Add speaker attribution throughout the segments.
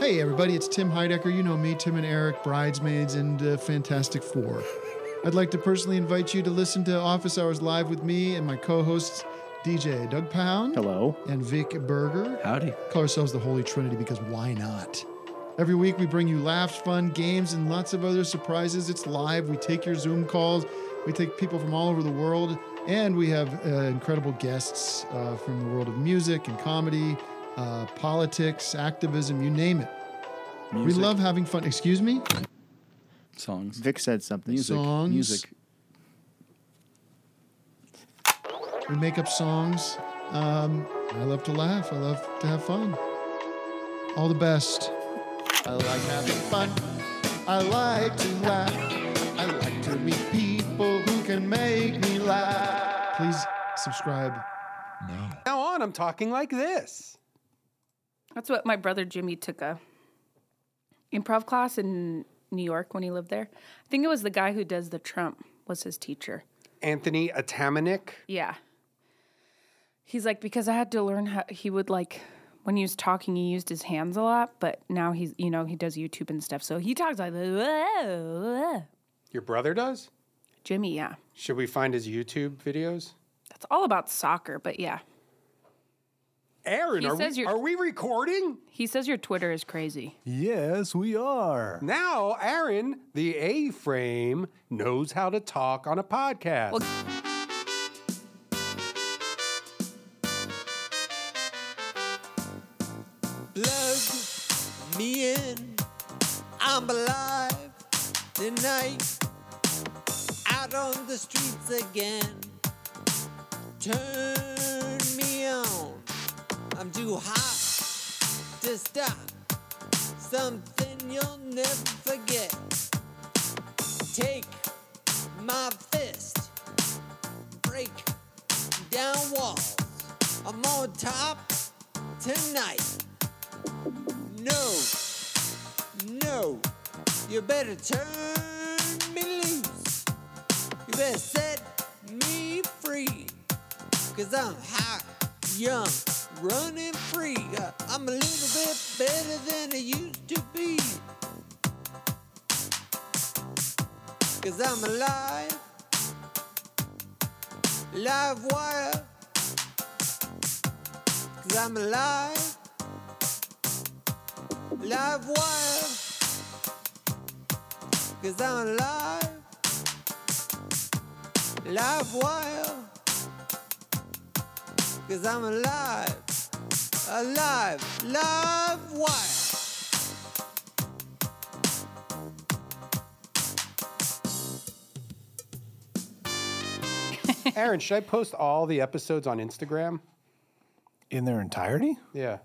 Speaker 1: Hey, everybody, it's Tim Heidecker. You know me, Tim and Eric, Bridesmaids and uh, Fantastic Four. I'd like to personally invite you to listen to Office Hours Live with me and my co hosts, DJ Doug Pound
Speaker 2: Hello.
Speaker 1: and Vic Berger.
Speaker 3: Howdy.
Speaker 1: Call ourselves the Holy Trinity because why not? Every week we bring you laughs, fun, games, and lots of other surprises. It's live. We take your Zoom calls. We take people from all over the world, and we have uh, incredible guests uh, from the world of music and comedy, uh, politics, activism, you name it.
Speaker 3: Music.
Speaker 1: We love having fun. Excuse me.
Speaker 3: songs.
Speaker 2: Vic said something.
Speaker 3: Music.
Speaker 1: songs.
Speaker 3: Music.
Speaker 1: We make up songs. Um, I love to laugh. I love to have fun. All the best. I like having fun. I like to laugh. I like to meet people who can make me laugh. Please subscribe.
Speaker 4: Now on, I'm talking like this.
Speaker 5: That's what my brother Jimmy took a improv class in New York when he lived there. I think it was the guy who does the Trump was his teacher.
Speaker 4: Anthony Atamanik.
Speaker 5: Yeah. He's like because I had to learn how he would like when he was talking he used his hands a lot, but now he's you know he does YouTube and stuff. So he talks like
Speaker 4: Your brother does?
Speaker 5: Jimmy, yeah.
Speaker 4: Should we find his YouTube videos?
Speaker 5: That's all about soccer, but yeah.
Speaker 4: Aaron,
Speaker 5: He
Speaker 4: are,
Speaker 5: says
Speaker 4: we,
Speaker 5: you're-
Speaker 4: are we recording?
Speaker 5: He says your Twitter is crazy.
Speaker 6: Yes, we are.
Speaker 4: Now, Aaron, the A frame, knows how to talk on a podcast.
Speaker 5: Well-
Speaker 7: plug me in. I'm alive tonight. Out on the streets again. Turn me on. I'm too hot to stop. Something you'll never forget. Take my fist, break down walls. I'm on top tonight. No, no, you better turn me loose. You better set me free. Cause I'm hot, young, running free. Uh, I'm a little bit better than I used to be. Cause I'm alive, live wire. Cause I'm alive. Live wire. Cause I'm alive. Live wire. Cause I'm alive. Alive. Live wire.
Speaker 4: Aaron, should I post all the episodes on Instagram?
Speaker 6: In their entirety?
Speaker 4: Yeah.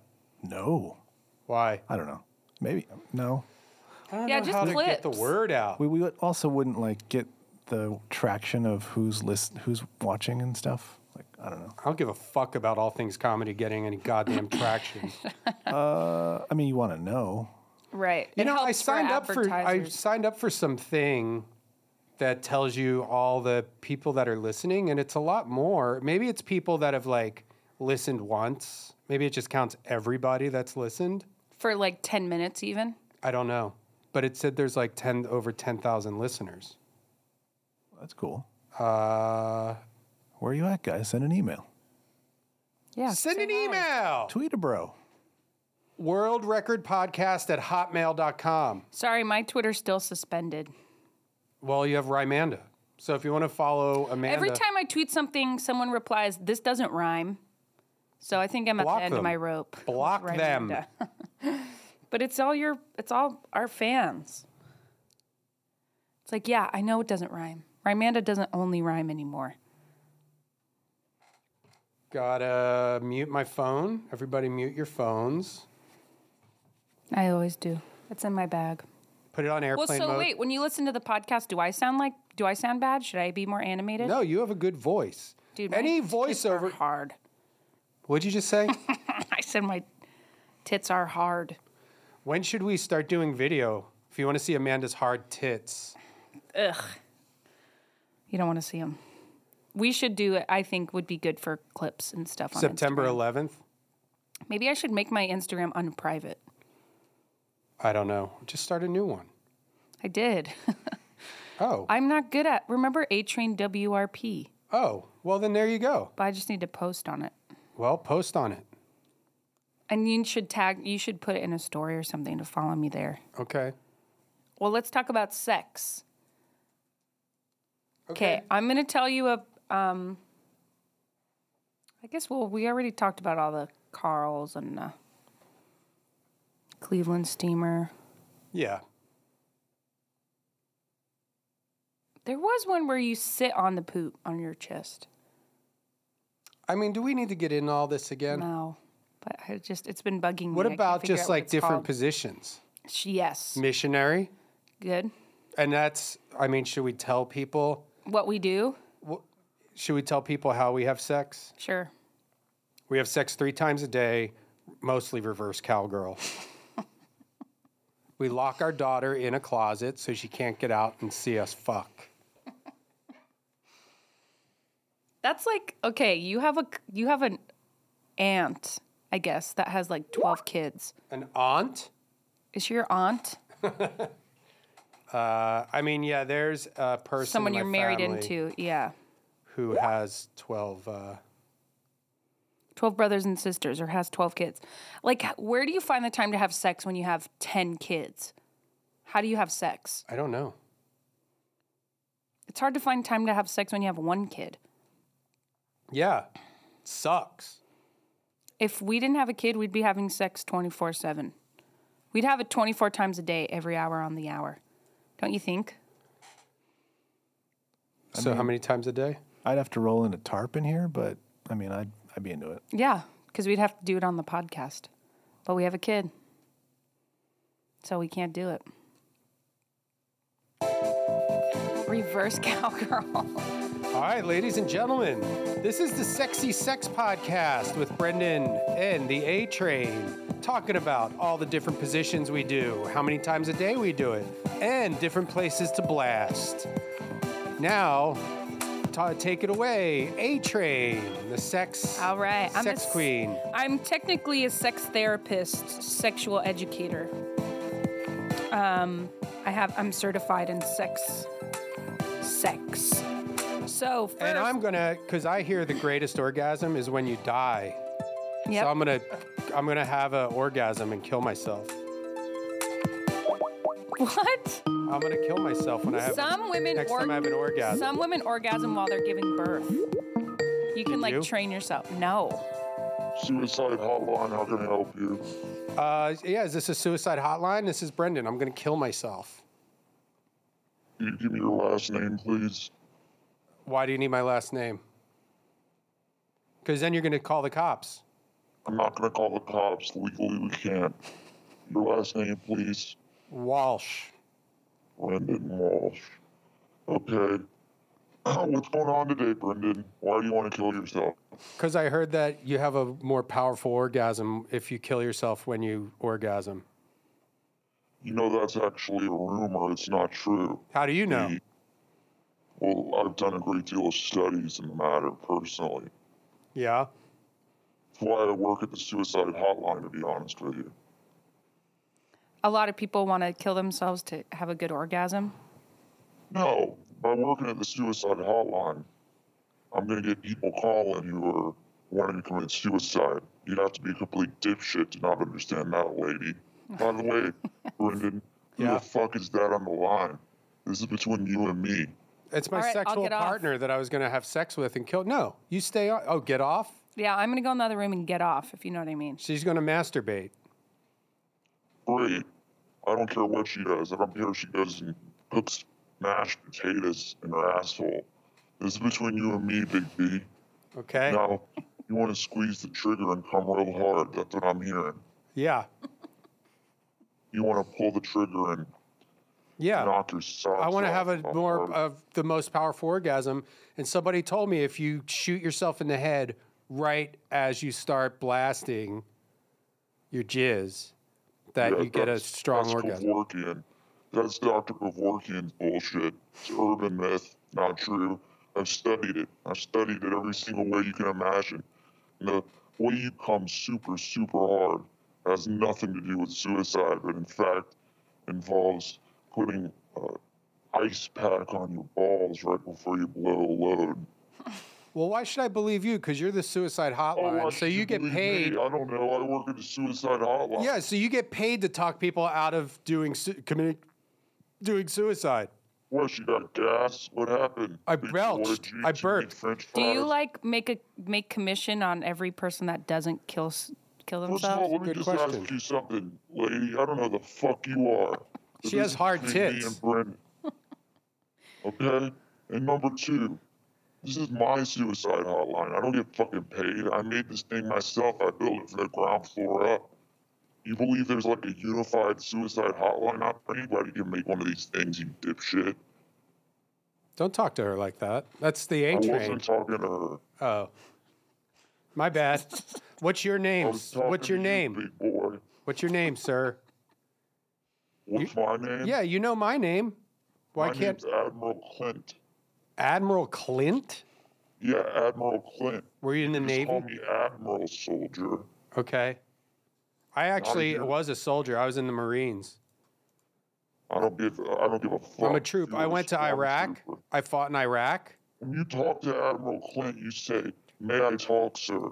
Speaker 6: No.
Speaker 4: Why?
Speaker 6: I don't know. Maybe. No.
Speaker 4: I don't
Speaker 5: Yeah,
Speaker 4: know
Speaker 5: just
Speaker 4: how to get the
Speaker 5: clips.
Speaker 4: word out.
Speaker 6: We, we would- also wouldn't like get the traction of who's list, who's watching and stuff. Like, uh, I don't know.
Speaker 4: I don't give a fuck about all things comedy getting any goddamn traction.
Speaker 6: I mean, you want to know.
Speaker 5: Right.
Speaker 4: You
Speaker 5: It
Speaker 4: know, I
Speaker 5: helps for
Speaker 4: signed up for I
Speaker 5: advertisers.
Speaker 4: signed up for something that tells you all the people that are listening, and it's a lot more. Maybe it's people that have like listened once. Maybe it just counts everybody that's listened.
Speaker 5: for like 10 minutes even.
Speaker 4: I don't know, but it said there's like ten over ten thousand listeners.
Speaker 6: That's cool.
Speaker 4: Uh,
Speaker 6: Where are you at, guys? Send an email.
Speaker 5: Yeah.
Speaker 4: send an email.
Speaker 6: Tweet a bro.
Speaker 4: World Record Podcast at hotmail.com.
Speaker 5: Sorry, my Twitter's still suspended.
Speaker 4: Well, you have Rymanda. So if you want to follow Amanda,
Speaker 5: Every time I tweet something, someone replies, "This doesn't rhyme." So I think I'm at
Speaker 4: Block
Speaker 5: the end
Speaker 4: them.
Speaker 5: of my rope. with
Speaker 4: Block them.
Speaker 5: Rhymenda. but it's all your, it's all our fans. It's like, yeah, I know it doesn't rhyme. Rhymanda doesn't only rhyme anymore.
Speaker 4: gotta mute my phone. Everybody, mute your phones.
Speaker 5: I always do. It's in my bag.
Speaker 4: Put it on airplane
Speaker 5: Well, so
Speaker 4: mode.
Speaker 5: wait, when you listen to the podcast, do I sound like? Do I sound bad? Should I be more animated?
Speaker 4: No, you have a good voice.
Speaker 5: Dude, my
Speaker 4: Any
Speaker 5: tits are
Speaker 4: voiceover.
Speaker 5: hard.
Speaker 4: What'd you just say?
Speaker 5: I said my tits are hard.
Speaker 4: when should we start doing video? If you want to see Amanda's hard tits,
Speaker 5: You don't want to see them. We should do it. I think would be good for clips and stuff. On
Speaker 4: September
Speaker 5: Instagram.
Speaker 4: 11th.
Speaker 5: Maybe I should make my Instagram unprivate.
Speaker 4: I don't know. Just start a new one.
Speaker 5: I did.
Speaker 4: Oh.
Speaker 5: I'm not good at. Remember A Train WRP,
Speaker 4: oh. Well, then there you go.
Speaker 5: but I just need to post on it.
Speaker 4: Well, post on it.
Speaker 5: And you should tag. You should put it in a story or something to follow me there.
Speaker 4: Okay.
Speaker 5: Well, let's talk about sex. Okay, I'm going to tell you a. Um, I guess well, we already talked about all the Carls and uh, Cleveland Steamer.
Speaker 4: Yeah.
Speaker 5: There was one where you sit on the poop on your chest.
Speaker 4: I mean, do we need to get in all this again?
Speaker 5: No, but I just it's been bugging me.
Speaker 4: What
Speaker 5: Um, I can't
Speaker 4: about
Speaker 5: figure out
Speaker 4: just
Speaker 5: what
Speaker 4: like
Speaker 5: it's
Speaker 4: different
Speaker 5: called.
Speaker 4: positions?
Speaker 5: Sh- yes,
Speaker 4: Missionary?
Speaker 5: good.
Speaker 4: And that's, I mean, should we tell people?
Speaker 5: What we do?
Speaker 4: Should we tell people how we have sex?
Speaker 5: Sure.
Speaker 4: We have sex three times a day, mostly reverse cowgirl. we lock our daughter in a closet so she can't get out and see us fuck.
Speaker 5: That's like okay. You have a c- you have an aunt, I guess, that has like twelve kids.
Speaker 4: An aunt?
Speaker 5: Is she your aunt?
Speaker 4: Uh, I mean, yeah, there's a person. in
Speaker 5: Someone
Speaker 4: my
Speaker 5: you're married
Speaker 4: family
Speaker 5: into? Yeah.
Speaker 4: Who has 12. Uh,
Speaker 5: 12 brothers and sisters or has 12 kids. Like, h- where do you find the time to have sex when you have 10 kids? How do you have sex?
Speaker 4: I don't know.
Speaker 5: It's hard to find time to have sex when you have one kid.
Speaker 4: Yeah. Sucks.
Speaker 5: If we didn't have a kid, we'd be having sex 24 7. We'd have it 24 times a day, every hour on the hour. Don't you think?
Speaker 4: So, how many times a day?
Speaker 6: I'd have to roll in a tarp in here, but I mean, I'd I'd be into it.
Speaker 5: Yeah, because we'd have to do it on the podcast. But we have a kid. So we can't do it. Reverse cowgirl.
Speaker 4: All right, ladies and gentlemen, this is the Sexy Sex Podcast with Brendan and the A Train, talking about all the different positions we do, how many times a day we do it, and different places to blast. Now, ta take it away, A Train, the sex,
Speaker 5: All right, I'm a
Speaker 4: sex
Speaker 5: s-
Speaker 4: queen.
Speaker 5: I'm technically a sex therapist, sexual educator. Um, I have I'm certified in sex. Sex. So first,
Speaker 4: And I'm gonna, cause I hear the greatest orgasm is when you die.
Speaker 5: yep.
Speaker 4: So I'm gonna, I'm gonna have an orgasm and kill myself.
Speaker 5: what?
Speaker 4: I'm gonna kill myself when I have
Speaker 5: Some women
Speaker 4: next time I have an orgasm.
Speaker 5: Some women orgasm while they're giving birth. You can like
Speaker 4: you?
Speaker 5: train yourself. No.
Speaker 2: Suicide hotline, how can I help you?
Speaker 4: Uh, yeah, is this a suicide hotline? This is Brendan. I'm going to kill myself.
Speaker 2: Can you give me your last name, please?
Speaker 4: Why do you need my last name? Because then you're going to call the cops.
Speaker 2: I'm not gonna call the cops. Legally, we can't. Your last name, please.
Speaker 4: Walsh.
Speaker 2: Brendan Walsh. Okay. What's going on today, Brendan? Why do you want to kill yourself?
Speaker 4: Because I heard that you have a more powerful orgasm if you kill yourself when you orgasm.
Speaker 2: You know that's actually a rumor. It's not true.
Speaker 4: How do you know?
Speaker 2: Well, I've done a great deal of studies in the matter personally.
Speaker 4: Yeah.
Speaker 2: That's why I work at the suicide hotline, to be honest with you.
Speaker 5: A lot of people want to kill themselves to have a good orgasm.
Speaker 2: No, by working at the suicide hotline, I'm going to get people calling who are wanting to commit suicide. You'd have to be a complete dipshit to not understand that, lady. By the way, Brendan, who
Speaker 4: Yeah.
Speaker 2: the fuck is that on the line? This is between you and me.
Speaker 4: It's my
Speaker 5: All right, I'll
Speaker 4: sexual
Speaker 5: get off.
Speaker 4: partner that I was going to have sex with and kill. No, you stay on. Oh, get off?
Speaker 5: Yeah, I'm gonna go in the other room and get off if you know what I mean.
Speaker 4: She's going to masturbate.
Speaker 2: Great. I don't care what she does. I don't care if she goes and cooks mashed potatoes in her asshole. This is between you and me, Big B.
Speaker 4: Okay.
Speaker 2: Now, you want to squeeze the trigger and come real hard. That's what I'm hearing.
Speaker 4: Yeah.
Speaker 2: you want to pull the trigger and
Speaker 4: Yeah.
Speaker 2: knock your socks
Speaker 4: Oh, I want to
Speaker 2: off.
Speaker 4: have a
Speaker 2: Oh,
Speaker 4: more
Speaker 2: oh,
Speaker 4: of the most powerful orgasm. And somebody told me if you shoot yourself in the head right as you start blasting your jizz, that
Speaker 2: yeah,
Speaker 4: you get a
Speaker 2: that's-
Speaker 4: strong
Speaker 2: that's
Speaker 4: orgasm.
Speaker 2: Kevorkian. That's Dr. Kevorkian's bullshit. It's urban myth, not true. I've studied it. I've studied it every single way you can imagine. And the way you come super, super hard has nothing to do with suicide, but in fact involves putting uh, ice pack on your balls right before you blow a load.
Speaker 4: Well, why should I believe you? Because you're the
Speaker 2: Oh,
Speaker 4: suicide hotline,
Speaker 2: why
Speaker 4: so
Speaker 2: should
Speaker 4: you get
Speaker 2: believe me?
Speaker 4: paid.
Speaker 2: I don't know. I work at a suicide hotline.
Speaker 4: Yeah, so you get paid to talk people out of doing su- committing doing suicide.
Speaker 2: What, she got gas? What happened?
Speaker 4: I
Speaker 2: Big
Speaker 4: belched.
Speaker 2: orgy,
Speaker 4: I
Speaker 2: she ate
Speaker 4: burped.
Speaker 2: French
Speaker 5: Do
Speaker 2: fries.
Speaker 5: you like make a make commission on every person that doesn't kill s- kill
Speaker 2: First of all,
Speaker 5: themselves?
Speaker 2: let me
Speaker 4: Good
Speaker 2: just
Speaker 4: question.
Speaker 2: ask you something, lady. I don't know the fuck you are.
Speaker 4: She has hard
Speaker 2: Between
Speaker 4: tits.
Speaker 2: Me and Brendan. okay? And number two, this is my suicide hotline. I don't get fucking paid. I made this thing myself. I built it from the ground floor up. You believe there's like a unified suicide hotline? Not anybody can make one of these things, you dipshit.
Speaker 4: Don't talk to her like that. That's the A
Speaker 2: I
Speaker 4: train.
Speaker 2: wasn't talking to her.
Speaker 4: Oh, my bad. What's your
Speaker 2: I
Speaker 4: name?
Speaker 2: was talking
Speaker 4: What's your
Speaker 2: to you,
Speaker 4: name?
Speaker 2: Big boy.
Speaker 4: What's your name, sir?
Speaker 2: What's my name?
Speaker 4: Yeah, you know my name. Why
Speaker 2: my
Speaker 4: can't
Speaker 2: name's Admiral Clint.
Speaker 4: Admiral Clint?
Speaker 2: Yeah, Admiral Clint.
Speaker 4: Were you in the
Speaker 2: Just call
Speaker 4: Navy?
Speaker 2: me Admiral Soldier.
Speaker 4: Okay. I actually
Speaker 2: here.
Speaker 4: was a soldier. I was in the Marines.
Speaker 2: I don't give. I don't give a fuck.
Speaker 4: I'm a troop.
Speaker 2: You're
Speaker 4: I
Speaker 2: a
Speaker 4: went to Iraq.
Speaker 2: stormtrooper.
Speaker 4: I fought in Iraq.
Speaker 2: When you talk to Admiral Clint, you say, "May I talk, sir?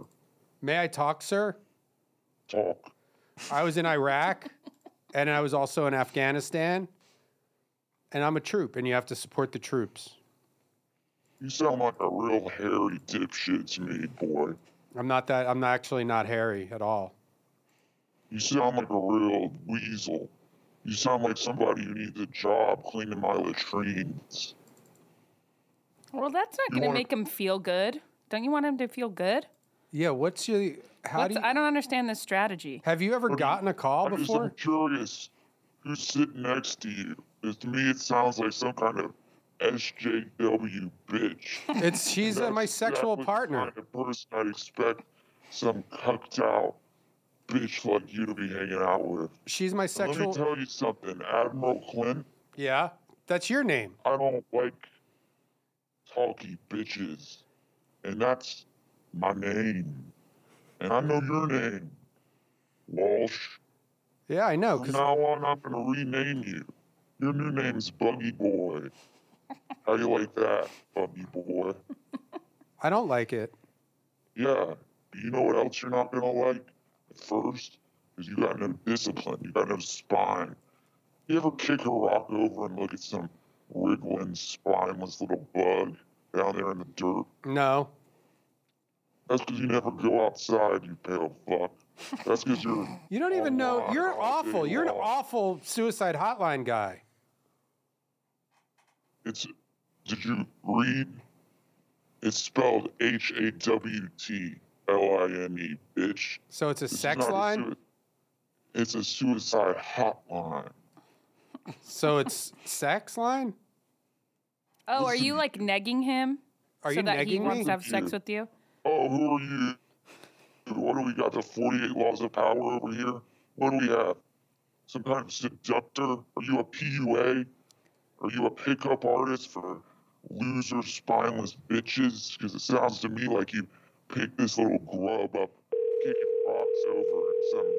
Speaker 4: May I talk, sir?
Speaker 2: Talk."
Speaker 4: I was in Iraq and I was also in Afghanistan. And I'm a troop and you have to support the troops.
Speaker 2: You sound like a real hairy dipshit to me, boy.
Speaker 4: I'm not that I'm not actually not hairy at all.
Speaker 2: You sound like a real weasel. You sound like somebody who needs a job cleaning my latrines.
Speaker 5: Well, that's not going to
Speaker 2: wanna-
Speaker 5: make him feel good. Don't you want him to feel good?
Speaker 4: Yeah, what's your how
Speaker 5: What's,
Speaker 4: do you,
Speaker 5: I don't understand this strategy.
Speaker 4: have you ever gotten a call
Speaker 2: I'm just I'm
Speaker 4: before?
Speaker 2: curious who's sitting next to you. 'Cause to me, it sounds like some kind of SJW bitch.
Speaker 4: It's she's uh,
Speaker 2: That's
Speaker 4: my sexual
Speaker 2: exactly the
Speaker 4: partner.
Speaker 2: Kind of person I'd expect some cucked out bitch like you to be hanging out with.
Speaker 4: She's my
Speaker 2: And Let me
Speaker 4: sexual
Speaker 2: tell you something, Admiral Clint.
Speaker 4: Yeah. That's your name.
Speaker 2: I don't like talky bitches, and that's my name. And I know your name, Walsh.
Speaker 4: Yeah, I know
Speaker 2: From
Speaker 4: cuz
Speaker 2: now on, I'm gonna rename you. Your new name's Buggy Boy. How you like that, Buggy Boy?
Speaker 4: I don't like it.
Speaker 2: Yeah. You know what else you're not gonna like at first? Is you got no discipline, you got no spine. You ever kick a rock over and look at some wriggling, spineless little bug down there in the dirt?
Speaker 4: No.
Speaker 2: That's because you never go outside, you pale fuck. That's because you're.
Speaker 4: You don't even know.
Speaker 2: online
Speaker 4: You're
Speaker 2: all day
Speaker 4: awful. You're an
Speaker 2: long.
Speaker 4: awful suicide hotline guy.
Speaker 2: It's. Did you read? It's spelled H A W T L I N E, bitch.
Speaker 4: So it's a
Speaker 2: This is
Speaker 4: sex
Speaker 2: not a
Speaker 4: line.
Speaker 2: sui- it's a suicide hotline.
Speaker 4: So it's sex line.
Speaker 5: Oh, are you like negging him
Speaker 4: Are
Speaker 5: so
Speaker 4: you
Speaker 5: that he
Speaker 4: negging
Speaker 5: wants
Speaker 4: me?
Speaker 5: to have sex with you?
Speaker 2: Oh, who are you? What do we got? The 48 laws of power over here? What do we have? Some kind of seductor? Are you a PUA? Are you a pickup artist for loser, spineless bitches? Because it sounds to me like you picked this little grub up, kicking rocks over in some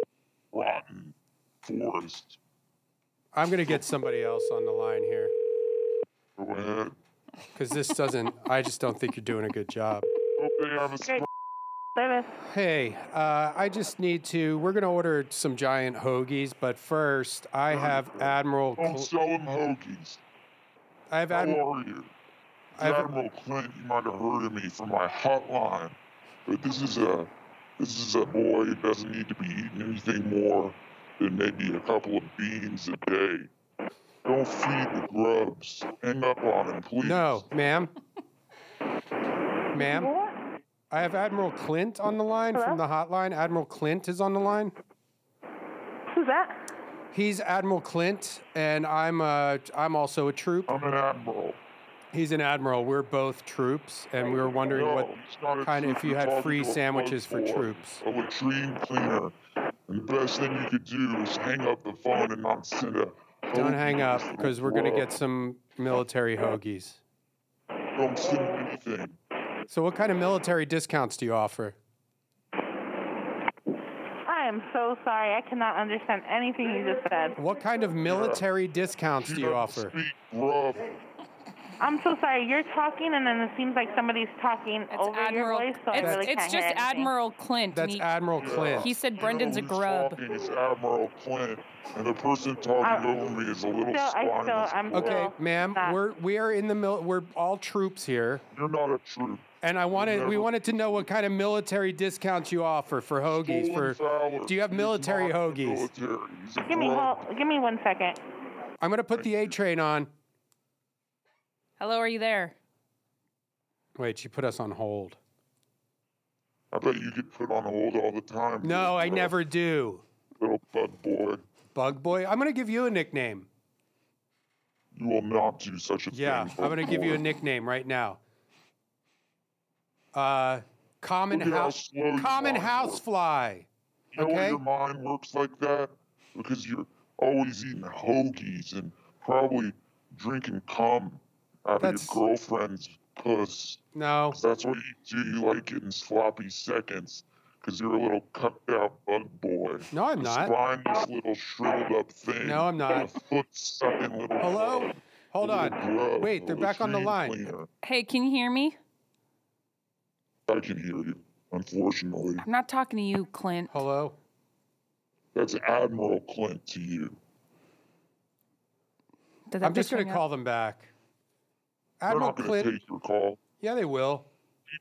Speaker 2: rotten forest.
Speaker 4: I'm gonna get somebody else on the line here
Speaker 2: Go ahead.
Speaker 4: because this doesn't. I just don't think you're doing a good job.
Speaker 2: Hope they have a sp-
Speaker 4: Hey, uh, I just need to. We're gonna order some giant hoagies, but first I have Admiral.
Speaker 2: Don't
Speaker 4: Cl-
Speaker 2: sell them hoagies.
Speaker 4: I have
Speaker 2: How
Speaker 4: Admiral.
Speaker 2: are you?
Speaker 4: I've-
Speaker 2: Oh, Admiral Clint, you might have heard of me from my hotline, but this is a this is a boy who doesn't need to be eating anything more than maybe a couple of beans a day. Don't feed the grubs. Hang up on him, please.
Speaker 4: No, ma'am. ma'am. I have Admiral Clint on the line from the hotline. Admiral Clint is on the line.
Speaker 8: Who's that?
Speaker 4: He's Admiral Clint, and I'm uh, I'm also a troop.
Speaker 2: I'm an admiral.
Speaker 4: He's an admiral. We're both troops, and we were wondering
Speaker 2: no,
Speaker 4: what
Speaker 2: it's not a
Speaker 4: kind of
Speaker 2: troop.
Speaker 4: if you
Speaker 2: You're
Speaker 4: had
Speaker 2: talking
Speaker 4: free
Speaker 2: to a bug
Speaker 4: sandwiches for
Speaker 2: boy,
Speaker 4: troops.
Speaker 2: A latrine cleaner. And the best thing you could do is hang up the phone and not send a.
Speaker 4: Don't hang up
Speaker 2: hoagie to
Speaker 4: because
Speaker 2: the
Speaker 4: we're gonna
Speaker 2: grub.
Speaker 4: get some military hoagies.
Speaker 2: Don't send him anything.
Speaker 4: So, what kind of military discounts do you offer?
Speaker 8: I am so sorry. I cannot understand anything you just said.
Speaker 4: What kind of military discounts do
Speaker 2: She
Speaker 4: you
Speaker 2: doesn't
Speaker 4: offer?
Speaker 2: Speak rough.
Speaker 8: I'm so sorry. You're talking, and then it seems like somebody's talking
Speaker 5: It's
Speaker 8: over
Speaker 5: Admiral.
Speaker 8: your voice, so I
Speaker 5: it's
Speaker 8: really
Speaker 5: it's just
Speaker 8: can't hear anything. Mm.
Speaker 5: Admiral Clint. and
Speaker 4: That's
Speaker 5: he,
Speaker 4: Admiral Clint.
Speaker 5: he said Brendan's a
Speaker 2: You know who's
Speaker 5: grub.
Speaker 2: Talking is Admiral Clint, and the person talking
Speaker 8: Uh,
Speaker 2: over me is a little
Speaker 8: Still, I
Speaker 2: spineless.
Speaker 8: still, I'm
Speaker 4: Okay,
Speaker 8: still
Speaker 4: ma'am,
Speaker 8: not-
Speaker 4: we're we are in the mil- we're all troops here,
Speaker 2: You're not a troop.
Speaker 4: and I wanted we
Speaker 2: Never.
Speaker 4: wanted to know what kind of military discounts you offer for hoagies. For
Speaker 2: Stolen valor.
Speaker 4: do you have
Speaker 2: He's
Speaker 4: military
Speaker 2: not
Speaker 4: hoagies?
Speaker 2: Military. He's a
Speaker 8: Give me,
Speaker 2: grub.
Speaker 8: hold, give me one second.
Speaker 4: I'm gonna put the A train on.
Speaker 5: Hello, are you there?
Speaker 4: Wait, she put us on hold.
Speaker 2: I bet you get put on hold all the time.
Speaker 4: No, I
Speaker 2: little-
Speaker 4: never do.
Speaker 2: Little bud boy,
Speaker 4: Bug boy, I'm gonna give you a nickname.
Speaker 2: you will not do such a
Speaker 4: Yeah,
Speaker 2: thing.
Speaker 4: I'm gonna give you a
Speaker 2: bud boy.
Speaker 4: nickname right now. Uh, common
Speaker 2: Look at how
Speaker 4: house,
Speaker 2: slow you
Speaker 4: common
Speaker 2: are.
Speaker 4: housefly.
Speaker 2: You know
Speaker 4: okay.
Speaker 2: why your mind works like that? Because you're always eating hoagies and probably drinking cum out
Speaker 4: That's-
Speaker 2: of your girlfriend's puss.
Speaker 4: No,
Speaker 2: 'Cause that's what you do. You like getting sloppy seconds. Because you're a little cucked out bug boy.
Speaker 4: no, I'm
Speaker 2: A
Speaker 4: not.
Speaker 2: Spineless little shriveled up thing.
Speaker 4: No, I'm not.
Speaker 2: A foot sucking little.
Speaker 4: Hello, hold
Speaker 2: little
Speaker 4: on.
Speaker 2: grub,
Speaker 4: Wait, they're
Speaker 2: little
Speaker 4: back on the
Speaker 2: stream
Speaker 4: line.
Speaker 2: cleaner.
Speaker 5: Hey, can you hear me?
Speaker 2: I can hear you, unfortunately.
Speaker 5: I'm not talking to you, Clint.
Speaker 4: Hello.
Speaker 2: That's Admiral Clint to you.
Speaker 5: Did that
Speaker 4: I'm just
Speaker 5: bitch
Speaker 4: going
Speaker 5: hang
Speaker 4: to
Speaker 5: up?
Speaker 4: call them back.
Speaker 2: They're
Speaker 4: Admiral
Speaker 2: not going to
Speaker 4: Clinton.
Speaker 2: take your call.
Speaker 4: Yeah, they will.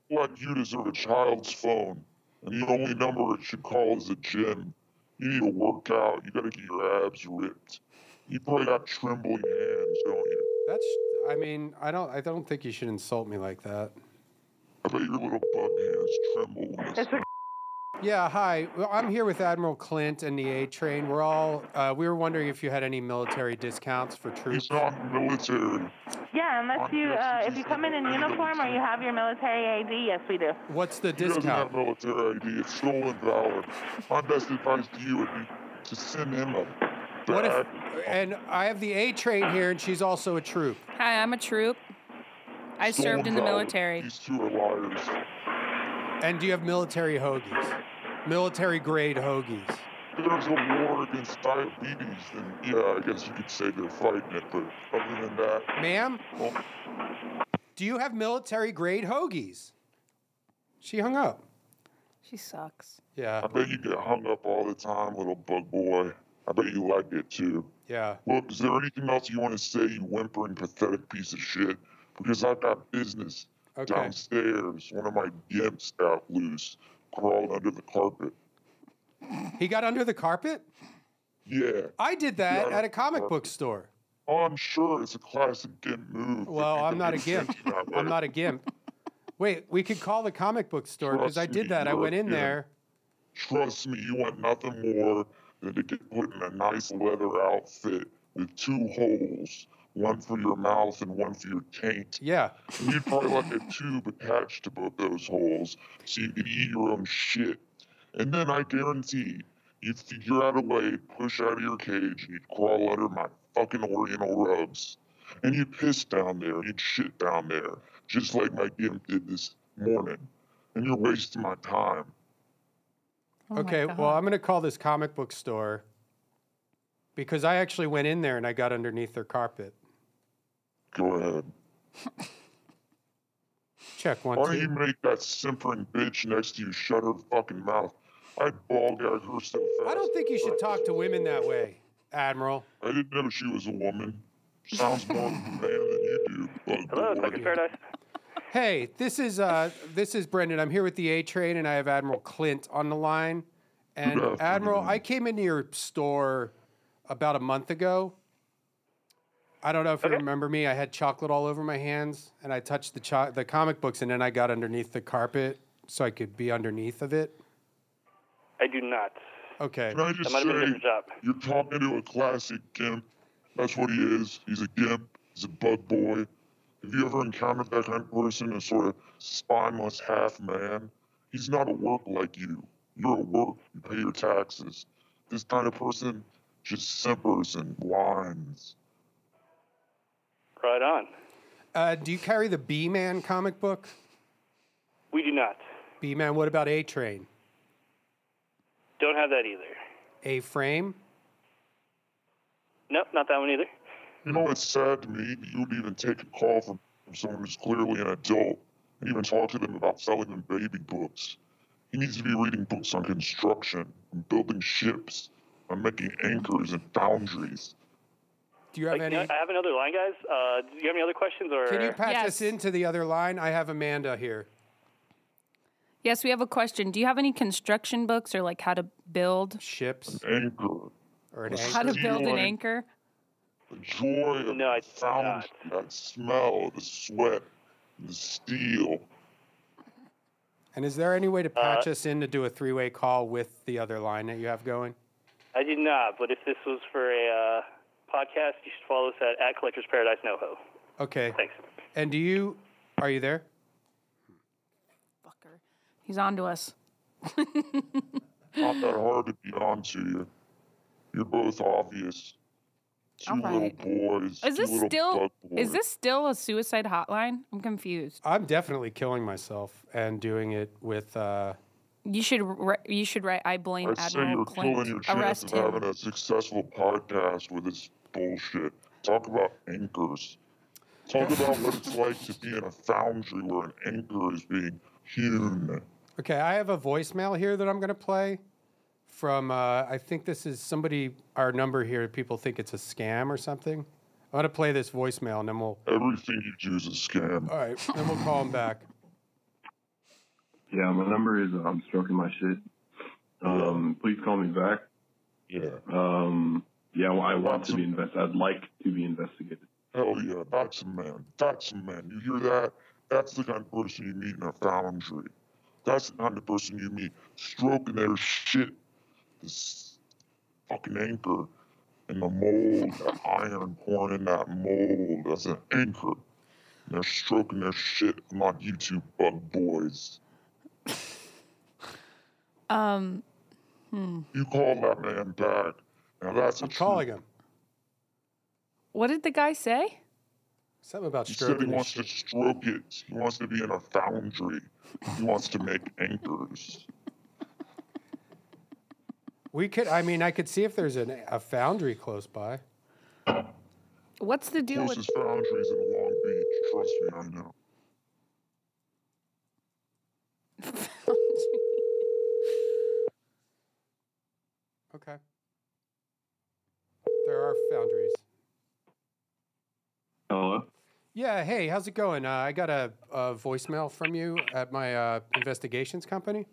Speaker 2: People like you deserve a child's phone, and the only number it should call is a gym. You need to work out. You got to get your abs ripped. You probably got trembling hands, don't you?
Speaker 4: That's. I mean, I don't. I don't think you should insult me like that.
Speaker 2: I bet your little bug hands tremble when I
Speaker 8: It's a-
Speaker 4: Yeah. Hi. Well, I'm here with Admiral Clint and the A train. We're all. Uh, we were wondering if you had any military discounts for troops.
Speaker 2: He's not military.
Speaker 8: Yeah, unless you, uh, if you come in in uniform or you have your military ID, yes, we do.
Speaker 4: What's the
Speaker 2: He doesn't have
Speaker 4: discount?
Speaker 2: military ID. It's stolen valor. My best advice to you would be to send him a
Speaker 4: What if?
Speaker 2: bag.
Speaker 4: And I have the A train here, and she's also a troop.
Speaker 5: Hi, I'm a troop. I
Speaker 2: Stolen
Speaker 5: served in the
Speaker 2: valor.
Speaker 5: military.
Speaker 2: These two are liars.
Speaker 4: And do you have military hoagies? Military grade hoagies.
Speaker 2: there's a war against diabetes, then yeah, I guess you could say they're fighting it, but other than that,
Speaker 4: Ma'am,
Speaker 2: well,
Speaker 4: do you have military grade hoagies? She hung up.
Speaker 5: She sucks.
Speaker 4: Yeah.
Speaker 2: I bet you get hung up all the time, little bug boy. I bet you like it too.
Speaker 4: Yeah.
Speaker 2: Look, is there anything else you want to say, you whimpering, pathetic piece of shit? Because I've got business
Speaker 4: Okay.
Speaker 2: downstairs. One of my gimps got loose, crawled under the carpet.
Speaker 4: He got under the carpet?
Speaker 2: Yeah,
Speaker 4: I did that
Speaker 2: Yeah.
Speaker 4: at a comic book store.
Speaker 2: oh, I'm sure it's a classic gimp move. but
Speaker 4: Well,
Speaker 2: you
Speaker 4: I'm
Speaker 2: can
Speaker 4: not a
Speaker 2: make
Speaker 4: gimp.
Speaker 2: sense of that,
Speaker 4: I'm
Speaker 2: right?
Speaker 4: not a gimp. Wait, we could call the comic book store because I
Speaker 2: Trust
Speaker 4: did
Speaker 2: me,
Speaker 4: that. I
Speaker 2: you're a
Speaker 4: went in
Speaker 2: gimp.
Speaker 4: there.
Speaker 2: Trust me, you want nothing more than to get put in a nice leather outfit with two holes, one for your mouth and one for your taint.
Speaker 4: Yeah.
Speaker 2: And you'd probably like a tube attached to both those holes so you could eat your own shit. And then I guarantee you'd figure out a way to push out of your cage and you'd crawl under my fucking oriental rugs. And you'd piss down there, you'd shit down there, just like my gimp did this morning. And you're wasting my time.
Speaker 4: okay, well, I'm going to call this comic book store because I actually went in there and I got underneath their carpet.
Speaker 2: Go ahead.
Speaker 4: Check one,
Speaker 2: Why don't
Speaker 4: two.
Speaker 2: you make that simpering bitch next to you shut her fucking mouth? I'd ball gag her so fast.
Speaker 4: I don't think you should talk to women that way, Admiral.
Speaker 2: I didn't know she was a woman. Sounds more man than you do. But
Speaker 9: Hello, Trucking Paradise.
Speaker 4: Hey, this is uh, this is Brendan. I'm here with the A train, and I have Admiral Clint on the line. And
Speaker 2: Good
Speaker 4: Admiral,
Speaker 2: afternoon.
Speaker 4: I came into your store about a month ago. I don't know if you remember me. I had chocolate all over my hands, and I touched the cho- the comic books, and then I got underneath the carpet so I could be underneath of it.
Speaker 9: I do not.
Speaker 4: Okay.
Speaker 2: Can I
Speaker 9: That
Speaker 2: just
Speaker 9: might have been a
Speaker 2: say,
Speaker 9: different job.
Speaker 2: you're talking to a classic gimp. That's what he is. He's a gimp. He's a bug boy. Have you ever encountered that kind of person, a sort of spineless half man? He's not at work like you. You're at work. You pay your taxes. This kind of person just simpers and whines.
Speaker 9: Right on.
Speaker 4: Uh, do you carry the B Man comic book?
Speaker 9: We do not.
Speaker 4: B Man. What about A Train?
Speaker 9: Don't have that either.
Speaker 4: A frame?
Speaker 9: Nope, not that one either.
Speaker 2: You know, it's sad to me that you would even take a call from someone who's clearly an adult and even talk to them about selling them baby books. He needs to be reading books on construction, on building ships, on making anchors and foundries.
Speaker 4: Do you have
Speaker 9: Like,
Speaker 4: any?
Speaker 9: you know, I have another line, guys. Uh, do you have any other questions or?
Speaker 4: Can you patch
Speaker 5: Yes.
Speaker 4: us into the other line? I have Amanda here.
Speaker 5: Yes, we have a question. Do you have any construction books or like how to build
Speaker 4: Ships
Speaker 2: Anchor.
Speaker 4: or an
Speaker 5: how
Speaker 4: anchor?
Speaker 5: to build an
Speaker 2: Stealing.
Speaker 5: anchor?
Speaker 2: The joy of
Speaker 9: No,
Speaker 2: the
Speaker 9: it's not.
Speaker 2: foundry, that smell, the sweat, the steel.
Speaker 4: And is there any way to patch us in to do a three-way call with the other line that you have going?
Speaker 9: I did not. But if this was for a uh, podcast, you should follow us at, at Collectors Paradise NoHo.
Speaker 4: Okay.
Speaker 9: Thanks.
Speaker 4: And do you? Are you there?
Speaker 5: Fucker. He's on to us.
Speaker 2: Not that hard to be on to you. You're both obvious. Two
Speaker 5: All
Speaker 2: little
Speaker 5: right.
Speaker 2: boys.
Speaker 5: Is
Speaker 2: two
Speaker 5: this
Speaker 2: little
Speaker 5: still
Speaker 2: bug
Speaker 5: is
Speaker 2: boys.
Speaker 5: this still a suicide hotline? I'm confused.
Speaker 4: I'm definitely killing myself and doing it with. Uh,
Speaker 5: You should ri- you should write I blame
Speaker 2: I say
Speaker 5: Admiral
Speaker 2: you're killing
Speaker 5: Clint.
Speaker 2: your chance
Speaker 5: Arrest
Speaker 2: of
Speaker 5: him.
Speaker 2: having a successful podcast with this bullshit. Talk about anchors. Talk about what it's like to be in a foundry where an anchor is being hewn.
Speaker 4: okay, I have a voicemail here that I'm going to play from. Uh, I think this is somebody. Our number here. People think it's a scam or something. I'm going to play this voicemail and then we'll.
Speaker 2: Everything you do is a scam.
Speaker 4: All right. Then we'll call him back.
Speaker 10: Yeah, my number is I'm stroking my shit. Um, please call me back.
Speaker 2: Yeah.
Speaker 10: Um, yeah, well, I want to be invested. I'd like to be investigated.
Speaker 2: Hell yeah. That's a man. That's a man. You hear that? That's the kind of person you meet in a foundry. That's the kind of person you meet stroking their shit. This fucking anchor and the mold, the iron pouring in that mold. That's an anchor. And they're stroking their shit. I'm on YouTube, bug boys.
Speaker 5: Um,
Speaker 2: You call that man back. Now that's
Speaker 4: I'm
Speaker 2: a
Speaker 4: calling
Speaker 2: true-
Speaker 4: him.
Speaker 5: what did the guy say?
Speaker 4: Something about
Speaker 2: He said he
Speaker 4: stroking. his
Speaker 2: wants to stroke it. He wants to be in a foundry. He wants to make anchors.
Speaker 4: We could. I mean, I could see if there's an, a foundry close by.
Speaker 5: What's the deal with
Speaker 2: Closest foundries in Long Beach. Trust me, I know.
Speaker 4: Okay. There are foundries.
Speaker 10: Hello?
Speaker 4: Yeah. Hey, how's it going? Uh, I got a, a voicemail from you at my uh, investigations company.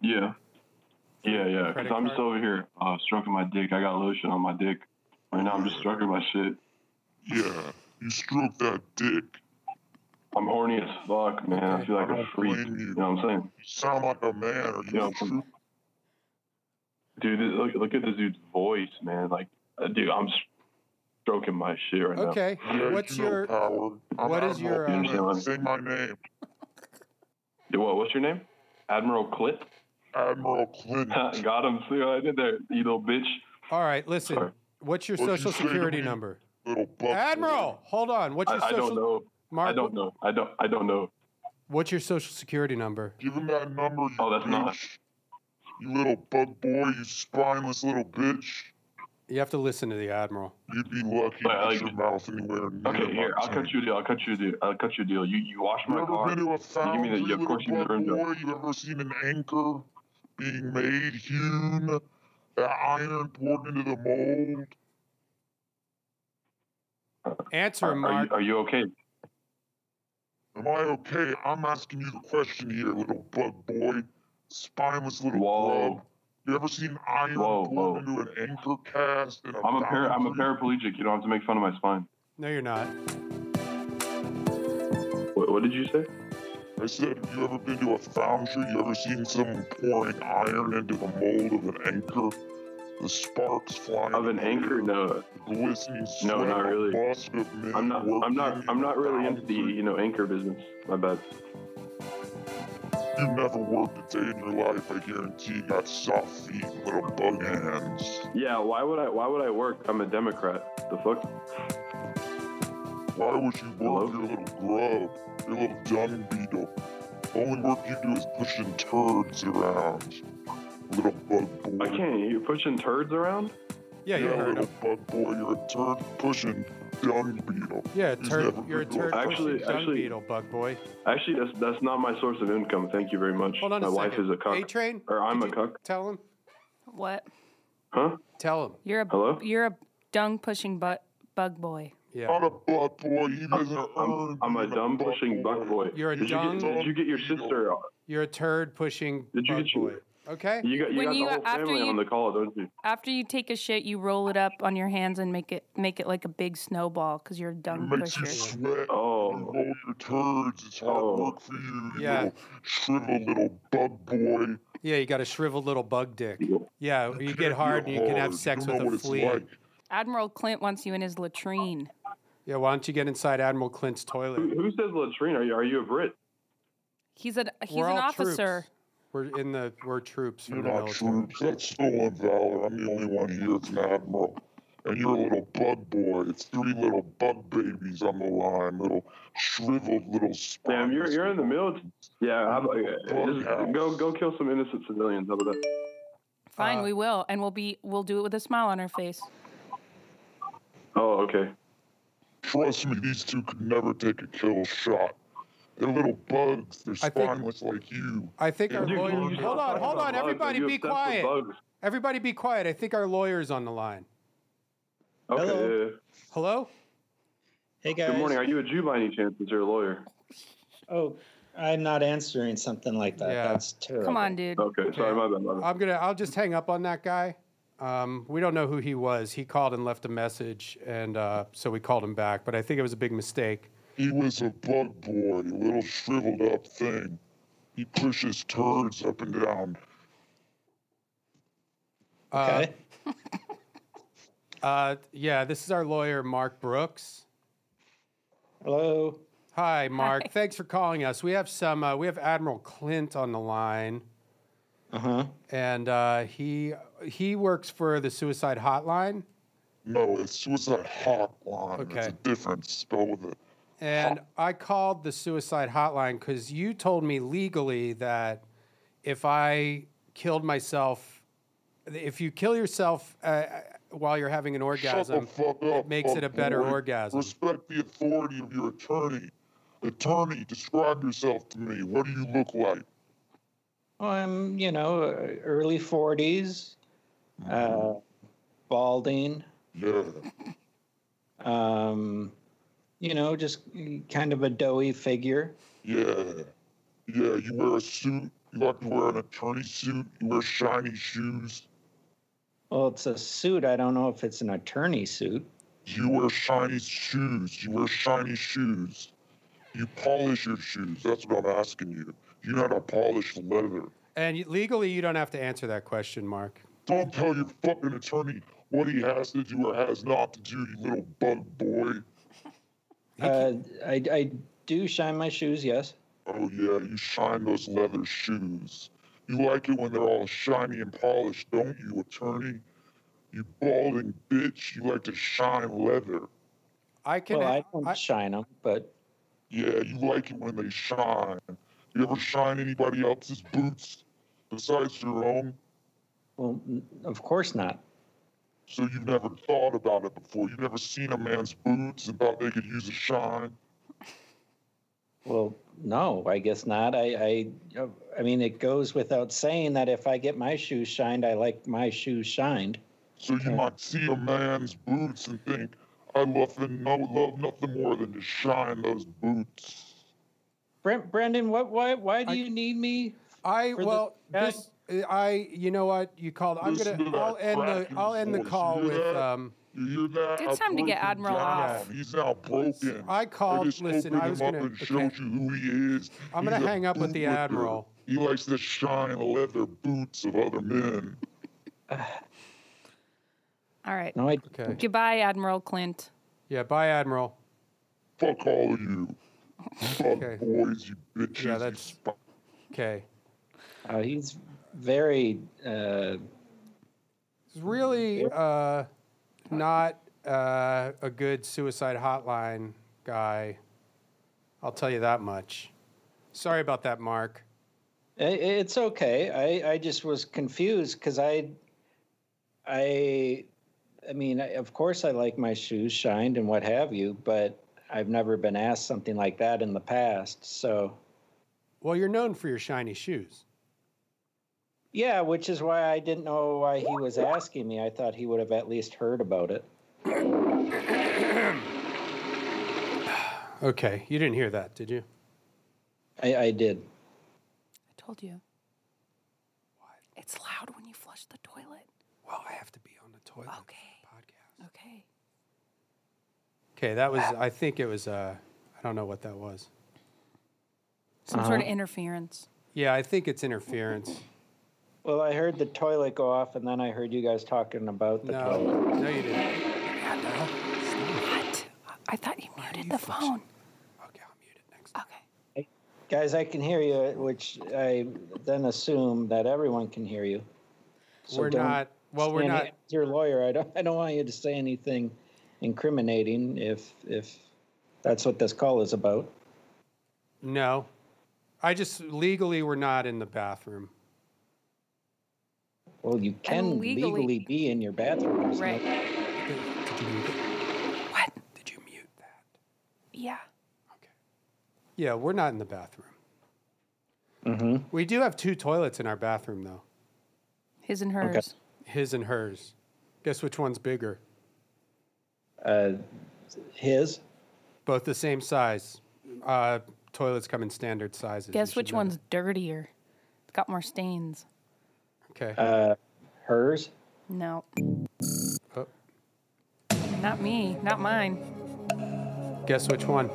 Speaker 10: Yeah. Yeah, yeah. Because
Speaker 4: Credit
Speaker 10: I'm just
Speaker 4: card?
Speaker 10: over here uh, stroking my dick. I got lotion on my dick. Right now, I'm just stroking my shit.
Speaker 2: Yeah, you stroke that dick.
Speaker 10: I'm horny as fuck, man. I feel like a freak. You know what I'm saying?
Speaker 2: You sound like a man. Are you
Speaker 10: Yeah.
Speaker 2: stroking
Speaker 10: Dude, this, look, look at this dude's voice, man. Like, uh, dude, I'm stroking my shit right now.
Speaker 4: Okay.
Speaker 2: yeah,
Speaker 4: What's
Speaker 2: you know uh,
Speaker 4: your?
Speaker 2: power? I'm
Speaker 4: what is
Speaker 2: Admiral
Speaker 4: your, uh,
Speaker 2: Clint. Say my name,
Speaker 10: Dude, what, what's your name? Admiral Clip?
Speaker 2: Admiral Clint.
Speaker 10: got him. See what I did there, you little bitch.
Speaker 4: All right. Listen.
Speaker 10: Sorry.
Speaker 4: What's your
Speaker 2: What'd you
Speaker 4: social
Speaker 2: say to
Speaker 4: security
Speaker 2: me? Oh,
Speaker 4: number?
Speaker 2: Little bug
Speaker 4: Admiral, hold on. What's your
Speaker 10: I, I
Speaker 4: social?
Speaker 10: don't know.
Speaker 4: Mark,
Speaker 10: I don't know. I don't. I don't know.
Speaker 4: What's your social security number?
Speaker 2: Give him that number. You
Speaker 10: Oh, that's
Speaker 2: bitch.
Speaker 10: not-
Speaker 2: You little bug boy. You spineless little bitch.
Speaker 4: You have to listen to the admiral.
Speaker 2: You'd be lucky to
Speaker 10: Wait, I
Speaker 2: put
Speaker 10: like-
Speaker 2: your mouth anywhere near
Speaker 10: Okay,
Speaker 2: my
Speaker 10: here. I'll
Speaker 2: tongue.
Speaker 10: cut you a deal. I'll cut you a deal. I'll cut you a deal. You you wash
Speaker 2: You
Speaker 10: my
Speaker 2: ever
Speaker 10: car.
Speaker 2: been to a
Speaker 10: give me
Speaker 2: foundry,
Speaker 10: the- yeah, of
Speaker 2: little
Speaker 10: course you
Speaker 2: bug
Speaker 10: earned it.
Speaker 2: boy? You ever seen an anchor being made, hewn, that iron poured into the mold?
Speaker 4: Answer
Speaker 10: Are,
Speaker 4: him,
Speaker 10: are
Speaker 4: Mark.
Speaker 10: you, are you okay?
Speaker 2: Am I okay? I'm asking you the question here, little bug boy, spineless little
Speaker 10: Whoa.
Speaker 2: grub. You ever seen iron
Speaker 10: Whoa, whoa.
Speaker 2: poured into an anchor cast? In a
Speaker 10: I'm a par- I'm a
Speaker 2: foundry?
Speaker 10: paraplegic. You don't have to make fun of my spine.
Speaker 4: No, you're not.
Speaker 10: What, what did you say?
Speaker 2: I said, have you ever been to a foundry? You ever seen someone pouring iron into the mold of an anchor? The sparks flying.
Speaker 10: Of an
Speaker 2: in the air.
Speaker 10: anchor? No,
Speaker 2: glistening
Speaker 10: No,
Speaker 2: sweat
Speaker 10: not
Speaker 2: on
Speaker 10: really.
Speaker 2: bust of men
Speaker 10: I'm not. I'm not.
Speaker 2: working
Speaker 10: I'm not really into the
Speaker 2: foundry.
Speaker 10: you know anchor business. My bad.
Speaker 2: You never worked a day in your life, I guarantee you got soft feet, little bug hands.
Speaker 10: Yeah. Why would I? Why would I work? I'm a Democrat. The fuck?
Speaker 2: Why would you
Speaker 10: Hello?
Speaker 2: work your little grub, your little dung beetle? Only work you do is pushing turds around. little bug boy.
Speaker 10: I can't. You're pushing turds around.
Speaker 4: Yeah, you heard
Speaker 2: little bug boy. You're a turd pushing dung beetle.
Speaker 4: Yeah,
Speaker 2: He's
Speaker 4: turd,
Speaker 2: never
Speaker 4: you're a
Speaker 2: been to
Speaker 4: turd
Speaker 10: Actually-
Speaker 4: actually, dung
Speaker 10: actually-
Speaker 4: beetle, bug boy.
Speaker 10: Actually, that's that's not my source of income. Thank you very much.
Speaker 4: Hold on
Speaker 10: my
Speaker 4: a
Speaker 10: wife
Speaker 4: second.
Speaker 10: is a cuck.
Speaker 4: A-Train?
Speaker 10: Or I'm
Speaker 4: Did
Speaker 10: a
Speaker 4: you
Speaker 10: cuck.
Speaker 4: Tell him.
Speaker 5: What?
Speaker 10: Huh?
Speaker 4: Tell him.
Speaker 5: You're a
Speaker 10: Hello?
Speaker 5: you're a dung pushing bu- bug boy.
Speaker 4: Yeah.
Speaker 10: Oh,
Speaker 2: Not a bug boy. He doesn't earn.
Speaker 10: I'm, I'm a
Speaker 2: being
Speaker 10: dumb
Speaker 2: bug
Speaker 10: pushing buck boy.
Speaker 4: You're a
Speaker 10: did you,
Speaker 4: dumb-
Speaker 10: get, did you get your sister?
Speaker 4: You're a turd pushing
Speaker 10: Did you
Speaker 4: bug
Speaker 10: get
Speaker 4: boy.
Speaker 10: your-
Speaker 4: Okay.
Speaker 10: You got you
Speaker 5: When
Speaker 10: got
Speaker 5: you-
Speaker 10: the whole
Speaker 5: after
Speaker 10: family
Speaker 5: you-
Speaker 10: on the call, don't you?
Speaker 5: After you take a shit, you roll it up on your hands and make it make it like a big snowball because you're a
Speaker 2: It
Speaker 5: dung
Speaker 2: makes you
Speaker 5: pusher.
Speaker 2: sweat. You
Speaker 10: Oh,
Speaker 2: roll your turds. It's hard
Speaker 10: Oh.
Speaker 2: work for you. You
Speaker 4: Yeah.
Speaker 2: little shriveled little bug boy.
Speaker 4: Yeah, you got a shriveled little bug dick.
Speaker 10: You- Oh,
Speaker 4: Yeah, you get hard and you can have sex with a flea.
Speaker 5: Admiral Clint wants you in his latrine.
Speaker 4: Yeah, why don't you get inside Admiral Clint's
Speaker 10: who,
Speaker 4: toilet?
Speaker 10: who says latrine? Are you are you a Brit?
Speaker 5: He's an he's
Speaker 4: We're
Speaker 5: an
Speaker 4: all
Speaker 5: officer.
Speaker 4: Troops. We're in the we're troops
Speaker 2: You're
Speaker 4: from the
Speaker 2: not
Speaker 4: military.
Speaker 2: troops. That's stolen valor. I'm the only one here that's an admiral. And you're a little bug boy. It's three little bug babies on the line. Little shriveled little
Speaker 10: Damn, you're you're in the military. Yeah, how about,
Speaker 2: Fuck.
Speaker 10: just go go kill some innocent civilians. How about that?
Speaker 5: Fine,
Speaker 4: Uh,
Speaker 5: we will, and we'll be we'll do it with a smile on our face.
Speaker 10: Oh, okay.
Speaker 2: Trust me, these two could never take a kill shot. They're little bugs. They're
Speaker 4: I think-
Speaker 2: spineless like you.
Speaker 4: I think our
Speaker 10: Dude,
Speaker 4: lawyer.
Speaker 10: can you
Speaker 4: Hold
Speaker 10: stop
Speaker 4: on,
Speaker 10: talking
Speaker 4: hold
Speaker 10: about
Speaker 4: on,
Speaker 10: bugs? Are
Speaker 4: everybody,
Speaker 10: you
Speaker 4: be
Speaker 10: obsessed with
Speaker 4: quiet.
Speaker 10: bugs?
Speaker 4: Everybody, be quiet. I think our lawyer's on the line.
Speaker 10: Okay.
Speaker 11: Hello.
Speaker 10: yeah, yeah.
Speaker 4: Hello.
Speaker 11: Hey guys.
Speaker 10: Good morning. Are you a Jew by any chance? Is your lawyer?
Speaker 11: Oh, I'm not answering something like that.
Speaker 4: Yeah.
Speaker 11: That's terrible.
Speaker 5: Come on, dude.
Speaker 10: Okay. Sorry, my bad. My bad.
Speaker 4: I'm gonna. I'll just hang up on that guy. Um, we don't know who he was. He called and left a message, and uh, so we called him back. But I think it was a big mistake.
Speaker 2: He was a bug boy, a little shriveled up thing. He pushes turds up and down.
Speaker 11: Okay.
Speaker 4: Uh, uh, yeah, this is our lawyer, Mark Brooks.
Speaker 11: Hello.
Speaker 4: Hi, Mark. Thanks for calling us. We have some. Uh, we have Admiral Clint on the line,
Speaker 11: Uh huh.
Speaker 2: Uh-huh.
Speaker 4: and uh, he he works for the suicide hotline.
Speaker 2: No, it's suicide hotline. It's
Speaker 4: Okay.
Speaker 2: a difference. Spell with it.
Speaker 4: And I called the suicide hotline because you told me legally that if I killed myself, if you kill yourself uh, while you're having an orgasm,
Speaker 2: Shut the Oh, fuck up,
Speaker 4: it makes it a
Speaker 2: fuck
Speaker 4: better
Speaker 2: boy.
Speaker 4: orgasm.
Speaker 2: Respect the authority of your attorney. Attorney, describe yourself to me. What do you look like?
Speaker 11: Well, I'm, you know, uh, early 40s, uh, balding,
Speaker 2: Mm-hmm. Yeah.
Speaker 11: um, you know, just kind of a doughy figure.
Speaker 2: Yeah. Yeah, you wear a suit. You like to wear an attorney suit. You wear shiny shoes.
Speaker 11: Well, it's a suit. I don't know if it's an attorney suit.
Speaker 2: You wear shiny shoes. You wear shiny shoes. You polish your shoes. That's what I'm asking you. You know how to polish leather.
Speaker 4: And you- legally, you don't have to answer that question, Mark.
Speaker 2: Don't tell your fucking attorney what he has to do or has not to do, you little bug boy.
Speaker 11: Uh, I, I do shine my shoes, yes.
Speaker 2: Oh yeah, you shine those leather shoes. You like it when they're all shiny and polished, don't you, attorney? You balding bitch, you like to shine leather.
Speaker 4: I can.
Speaker 11: well, I don't
Speaker 4: I-
Speaker 11: 'em, shine them, but
Speaker 2: Yeah, you like it when they shine. You ever shine anybody else's boots besides your own?
Speaker 11: well, n- of course not.
Speaker 2: So you've never thought about it before. You've never seen a man's boots and thought they could use a shine.
Speaker 11: Well, no, I guess not. I, I, I mean, it goes without saying that if I get my shoes shined, I like my shoes shined.
Speaker 2: So you might see a man's boots and think, I love, and no, love nothing more than to shine those boots.
Speaker 11: Brent, Brendan, what, why, why do
Speaker 4: I-
Speaker 11: you need me?
Speaker 4: I
Speaker 11: for the
Speaker 4: well,
Speaker 11: guy?
Speaker 4: this I you know what you called. I'm
Speaker 2: Listen to
Speaker 4: gonna.
Speaker 2: that
Speaker 4: I'll end the.
Speaker 2: crack in
Speaker 4: I'll
Speaker 2: his
Speaker 4: end the
Speaker 2: voice.
Speaker 4: call
Speaker 2: You hear
Speaker 4: with.
Speaker 2: that?
Speaker 4: Um,
Speaker 2: You hear that?
Speaker 5: It's
Speaker 2: I
Speaker 5: time to
Speaker 2: broke
Speaker 5: get
Speaker 2: him
Speaker 5: Admiral off.
Speaker 2: down. He's now broken.
Speaker 4: I called-
Speaker 2: I just
Speaker 4: listen,
Speaker 2: opened
Speaker 4: I was
Speaker 2: him
Speaker 4: gonna-
Speaker 2: up and showed
Speaker 4: okay.
Speaker 2: you who he is.
Speaker 4: I'm
Speaker 2: He's
Speaker 4: gonna
Speaker 2: a
Speaker 4: hang up with the
Speaker 2: bootlicker.
Speaker 4: Admiral.
Speaker 2: He likes to shine leather boots of other men.
Speaker 5: All right.
Speaker 11: No, I,
Speaker 4: okay.
Speaker 5: Goodbye, Admiral Clint.
Speaker 4: Yeah. Bye, Admiral.
Speaker 2: Fuck all of you. Fuck
Speaker 4: Okay.
Speaker 2: boys, you bitches.
Speaker 4: Yeah,
Speaker 2: you
Speaker 4: that's-
Speaker 2: sp-
Speaker 4: Okay.
Speaker 11: uh, he's very, uh,
Speaker 4: It's really uh, not uh, a good suicide hotline guy. I'll tell you that much. Sorry about that, Mark.
Speaker 11: I- It's okay. I, I just was confused because I, I, I mean, I- of course I like my shoes shined and what have you, but I've never been asked something like that in the past. So,
Speaker 4: Well, you're known for your shiny shoes.
Speaker 11: yeah, which is why I didn't know why he was asking me. I thought he would have at least heard about it.
Speaker 4: Okay, you didn't hear that, did you?
Speaker 11: I, I did.
Speaker 5: I told you. What? It's loud when you flush the toilet.
Speaker 4: Well, I have to be on the toilet.
Speaker 5: Okay.
Speaker 4: Podcast.
Speaker 5: Okay.
Speaker 4: Okay, that was. I think it was. Uh, I don't know what that was.
Speaker 5: Some sort
Speaker 11: Uh-huh.
Speaker 5: of interference.
Speaker 4: Yeah, I think it's interference.
Speaker 11: Well, I heard the toilet go off, and then I heard you guys talking about the toilet.
Speaker 4: No, you didn't.
Speaker 5: What? I thought you muted the phone.
Speaker 11: Guys, I can hear you, which I then assume that everyone can hear you.
Speaker 4: We're
Speaker 11: don't
Speaker 4: not- well, we're
Speaker 11: say any-
Speaker 4: not-
Speaker 11: as Your lawyer, I don't. I don't want you to say anything incriminating if if that's what this call is about.
Speaker 4: No, I just legally we're not in the bathroom.
Speaker 11: Well, you can legally,
Speaker 4: legally-
Speaker 11: be in your bathroom. There's no-
Speaker 5: What? Did you mute that? Yeah.
Speaker 4: Yeah, we're not in the bathroom.
Speaker 11: Mhm.
Speaker 4: We do have two toilets in our bathroom, though.
Speaker 5: His and hers.
Speaker 4: His and hers. Guess which one's bigger?
Speaker 11: Uh, his.
Speaker 4: Both the same size. Uh, toilets come in standard sizes.
Speaker 5: Guess
Speaker 4: You should
Speaker 5: which
Speaker 4: know
Speaker 5: one's dirtier? It's got more stains.
Speaker 4: that. Okay.
Speaker 11: Uh, hers.
Speaker 5: No.
Speaker 4: Oh.
Speaker 5: Not me. Not mine.
Speaker 4: Guess which one?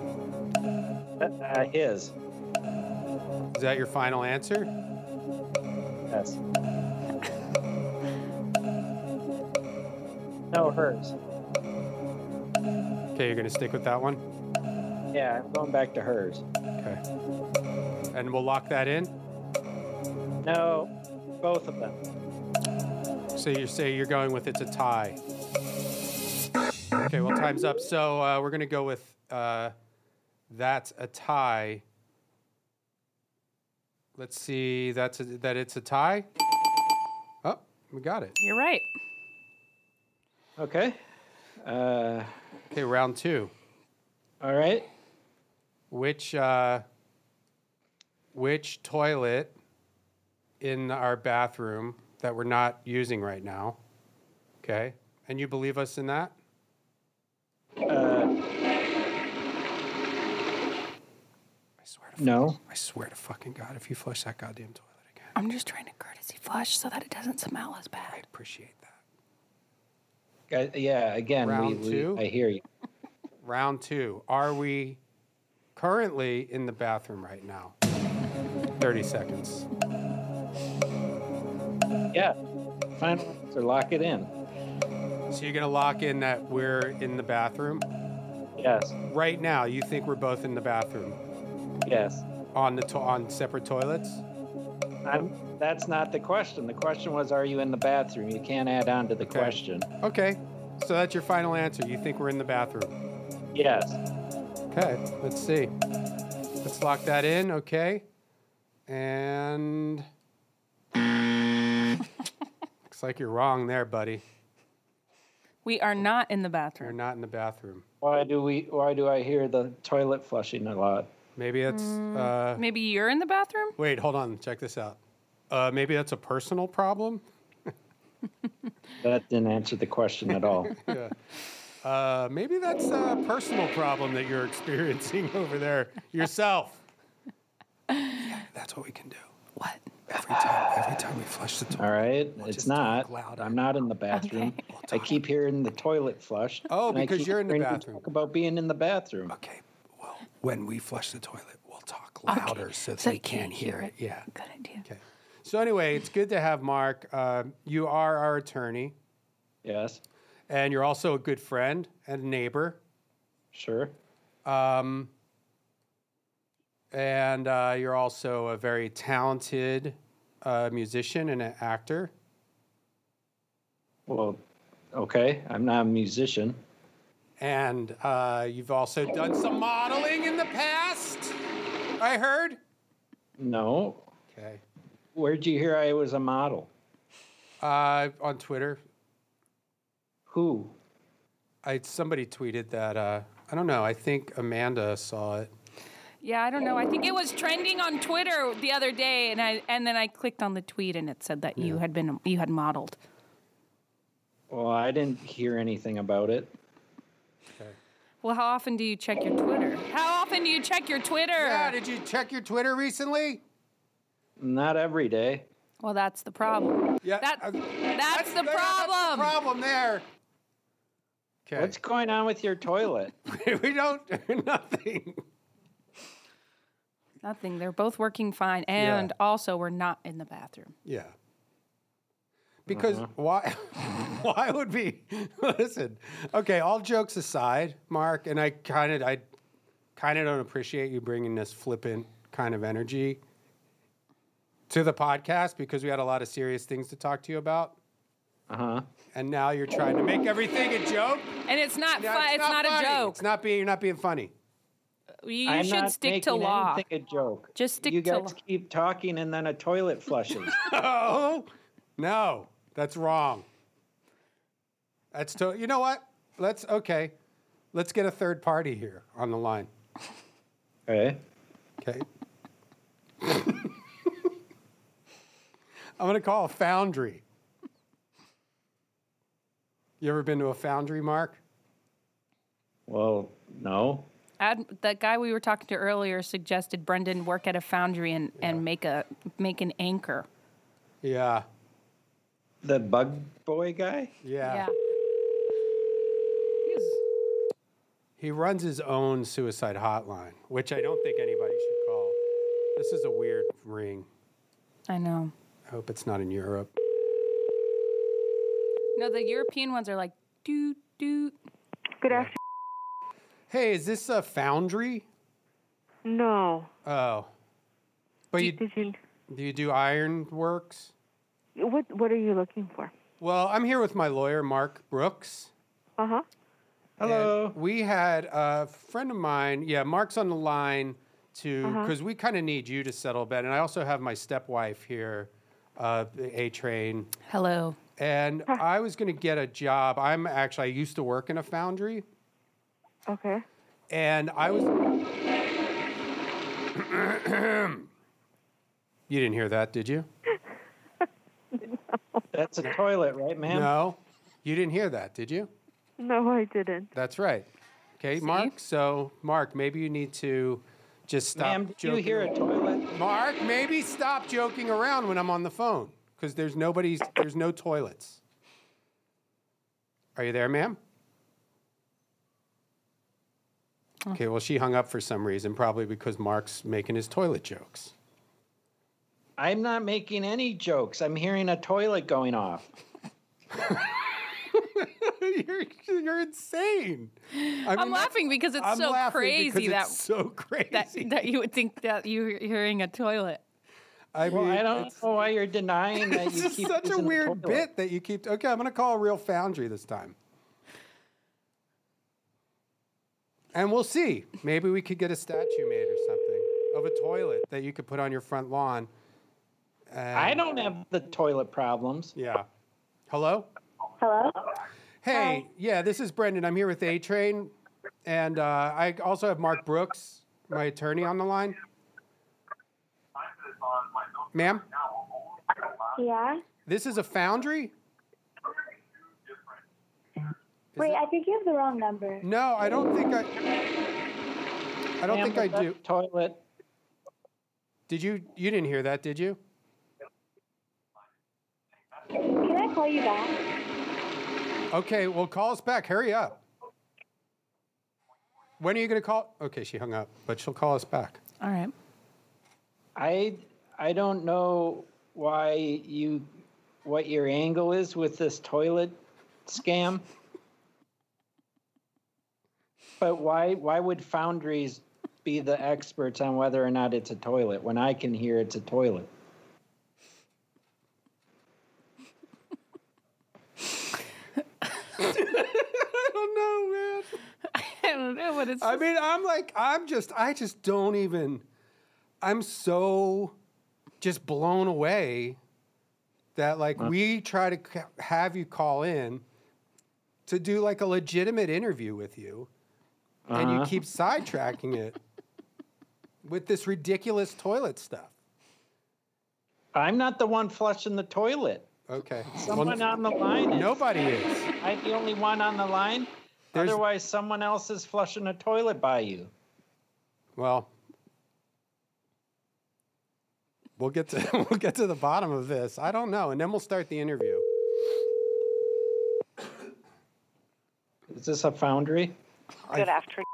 Speaker 11: Uh, his.
Speaker 4: Is that your final answer?
Speaker 11: Yes. No, hers.
Speaker 4: Okay, you're gonna stick with that one,
Speaker 11: Yeah, I'm going back to hers.
Speaker 4: and we'll lock that in.
Speaker 11: No, both of them.
Speaker 4: So you say you're going with it's a tie. Okay, well, time's up. So uh, we're gonna go with uh, that's a tie. Let's see. That's a, that it's a tie. Oh, we got it.
Speaker 5: You're right.
Speaker 11: Okay. Uh,
Speaker 4: okay, round two.
Speaker 11: All right.
Speaker 4: Which uh, which toilet in our bathroom that we're not using right now? Okay, and you believe us in that?
Speaker 11: No.
Speaker 4: I swear to fucking God, if you flush that goddamn toilet,
Speaker 5: I'm just trying to courtesy flush so that it doesn't smell as bad. I
Speaker 4: appreciate that.
Speaker 11: Uh, yeah, again, we,
Speaker 4: Round
Speaker 11: we,
Speaker 4: two?
Speaker 11: I hear you.
Speaker 4: Round two. Are we currently in the bathroom right now? 30 seconds.
Speaker 11: Yeah. Final answer, lock it in.
Speaker 4: So you're going to lock in that we're in the bathroom?
Speaker 11: Yes.
Speaker 4: Right now, you think we're both in the bathroom?
Speaker 11: Yes.
Speaker 4: On the to- on separate toilets?
Speaker 11: I'm, that's not the question. The question was, are you in the bathroom? You can't add on to the question.
Speaker 4: Okay. So that's your final answer. You think we're in the bathroom?
Speaker 11: Yes.
Speaker 4: Okay. Let's see. Let's lock that in. Okay. And looks like you're wrong there, buddy.
Speaker 5: We are not in the bathroom.
Speaker 4: You're not in the bathroom.
Speaker 11: Why do we? Why do I hear the toilet flushing a lot?
Speaker 4: Maybe it's. uh,
Speaker 5: Maybe you're in the bathroom?
Speaker 4: Wait, hold on. Check this out. Uh, maybe that's a personal problem.
Speaker 11: That didn't answer the question at all.
Speaker 4: yeah. Uh, maybe that's a personal problem that you're experiencing over there yourself. Yeah, that's what we can do.
Speaker 5: What?
Speaker 4: Every time, every time we flush the toilet.
Speaker 11: All right, it's not. I'm not in the bathroom. I keep hearing the toilet flush.
Speaker 4: Oh,
Speaker 11: and I
Speaker 4: because
Speaker 11: keep
Speaker 4: you're in the
Speaker 11: hearing you
Speaker 4: bathroom. Uh.
Speaker 11: Talk about being in the bathroom.
Speaker 4: Okay. When we flush the toilet, we'll talk louder so that
Speaker 11: so
Speaker 4: they
Speaker 11: you
Speaker 4: can't
Speaker 11: can't hear
Speaker 4: hear it. Yeah.
Speaker 5: Good idea.
Speaker 4: Okay. So anyway, it's good to have Mark. Uh, you are our attorney,
Speaker 11: Yes.
Speaker 4: and you're also a good friend and neighbor.
Speaker 11: Sure.
Speaker 4: Um, and uh, you're also a very talented uh, musician and an actor.
Speaker 11: Well, okay. I'm not a musician.
Speaker 4: And uh, you've also done some modeling in the past, I heard.
Speaker 11: No.
Speaker 4: Okay.
Speaker 11: Where'd you hear I was a model?
Speaker 4: Uh, on Twitter,
Speaker 11: who?
Speaker 4: I somebody tweeted that. Uh, I don't know. I think Amanda saw it.
Speaker 5: Yeah, I don't know. I think it was trending on Twitter the other day, and I and then I clicked on the tweet, and it said that you had been you had modeled.
Speaker 11: Well, I didn't hear anything about it.
Speaker 5: Well, how often do you check your Twitter? How often do you check your Twitter? Yeah,
Speaker 4: did you check your Twitter recently?
Speaker 11: Not every day.
Speaker 5: Well, that's the problem.
Speaker 4: Yeah,
Speaker 5: that, that's, the problem.
Speaker 4: problem there.
Speaker 11: What's going on with your toilet?
Speaker 4: we don't nothing.
Speaker 5: Nothing. They're both working fine, and also we're not in the bathroom.
Speaker 4: Yeah. Because why why would we listen? Okay, all jokes aside, Mark, and I kind of I kind of don't appreciate you bringing this flippant kind of energy to the podcast because we had a lot of serious things to talk to you about.
Speaker 11: Uh-huh.
Speaker 4: And now you're trying to make everything a joke?
Speaker 5: And it's not
Speaker 4: Yeah,
Speaker 5: fun. It's, not,
Speaker 4: funny.
Speaker 5: a joke.
Speaker 4: It's not being you're not being funny.
Speaker 5: You
Speaker 11: I'm
Speaker 5: should
Speaker 11: not
Speaker 5: stick to
Speaker 11: making
Speaker 5: law.
Speaker 11: anything a joke.
Speaker 5: Just stick
Speaker 11: you
Speaker 5: to
Speaker 11: guys
Speaker 5: law.
Speaker 11: keep talking, and then a toilet flushes.
Speaker 4: No, Oh, no, that's wrong. That's to you know what? Let's okay. Let's get a third party here on the line.
Speaker 11: Okay.
Speaker 4: Okay. I'm gonna call a foundry. You ever been to a foundry, Mark?
Speaker 11: well, no.
Speaker 5: Ad, that guy we were talking to earlier suggested Brendan work at a foundry and, and make a make an anchor.
Speaker 4: Yeah.
Speaker 11: The bug boy guy?
Speaker 4: Yeah. He runs his own suicide hotline, which I don't think anybody should call. This is a weird ring.
Speaker 5: I know.
Speaker 4: I hope it's not in Europe.
Speaker 5: No, the European ones are like doot doot.
Speaker 8: Good afternoon.
Speaker 4: Hey, is this a foundry?
Speaker 8: No.
Speaker 4: Oh. But you, do you do iron works?
Speaker 8: What What are you looking for?
Speaker 4: Well, I'm here with my lawyer, Mark Brooks.
Speaker 8: Uh huh.
Speaker 4: Hello. We had a friend of mine. Yeah, Mark's on the line to
Speaker 8: Uh-huh.
Speaker 4: because we kind of need you to settle a bet, and I also have my stepwife here, uh, A Train,
Speaker 5: Hello.
Speaker 4: and I was going to get a job. I'm actually I used to work in a foundry,
Speaker 8: Okay.
Speaker 4: and I was. you didn't hear that, did you?
Speaker 11: That's a toilet, right, ma'am?
Speaker 4: No, you didn't hear that, did you?
Speaker 8: No, I didn't.
Speaker 4: That's right. Okay, Mark. So, Mark, maybe you need to just stop.
Speaker 11: Ma'am, do you
Speaker 4: joking
Speaker 11: hear a toilet?
Speaker 4: Mark, maybe stop joking around when I'm on the phone because there's nobody's, there's no toilets. Are you there, ma'am?
Speaker 5: Oh.
Speaker 4: Okay, well, she hung up for some reason, probably because Mark's making his toilet jokes.
Speaker 11: I'm not making any jokes. I'm hearing a toilet going off.
Speaker 4: you're, you're insane. I
Speaker 5: I
Speaker 4: mean,
Speaker 5: am
Speaker 4: that's-
Speaker 5: laughing because it's
Speaker 4: I'm
Speaker 5: so
Speaker 4: laughing
Speaker 5: crazy
Speaker 4: because
Speaker 5: that
Speaker 4: it's so crazy
Speaker 5: that that you would think that you're hearing a toilet.
Speaker 4: I
Speaker 11: well,
Speaker 4: mean,
Speaker 11: I don't
Speaker 4: it's-
Speaker 11: know why you're denying that
Speaker 4: It's
Speaker 11: you
Speaker 4: just
Speaker 11: keep
Speaker 4: such a
Speaker 11: using the
Speaker 4: weird
Speaker 11: toilet.
Speaker 4: bit that you keep. Okay, I'm gonna call a real foundry this time, and we'll see. Maybe we could get a statue made or something of a toilet that you could put on your front lawn. And-
Speaker 11: I don't have the toilet problems.
Speaker 4: Yeah. Hello.
Speaker 8: Hello.
Speaker 4: Hey, yeah, this is Brendan. I'm here with A Train, and uh, I also have Mark Brooks, my attorney, on the line. Ma'am,
Speaker 8: Yeah.
Speaker 4: this is a foundry.
Speaker 8: Wait, I think you have the wrong number.
Speaker 4: No, I don't think I. I don't
Speaker 11: Ma'am,
Speaker 4: think I
Speaker 11: is that
Speaker 4: do.
Speaker 11: Toilet.
Speaker 4: Did you? You didn't hear that, did you?
Speaker 8: Can I call you back?
Speaker 4: Okay, well, call us back. Hurry up. When are you going to call? Okay, she hung up, but she'll call us back.
Speaker 5: All right.
Speaker 11: I I don't know why you what your angle is with this toilet scam. But why why would foundries be the experts on whether or not it's a toilet when I can hear it's a toilet?
Speaker 4: I don't know, man.
Speaker 5: I don't know what it's.
Speaker 4: I mean, I'm like, I'm just, I just don't even. I'm so just blown away that like we try to c- have you call in to do like a legitimate interview with you, and you
Speaker 11: Uh-huh.
Speaker 4: keep sidetracking it with this ridiculous toilet stuff.
Speaker 11: I'm not the one flushing the toilet.
Speaker 4: Okay.
Speaker 11: Someone on the line. is.
Speaker 4: Nobody is.
Speaker 11: I'm the only one on the line.
Speaker 4: There's-
Speaker 11: Otherwise, someone else is flushing a toilet by you.
Speaker 4: Well, we'll get to we'll get to the bottom of this. I don't know, and then we'll start the interview.
Speaker 11: Is this a foundry?
Speaker 8: Good afternoon,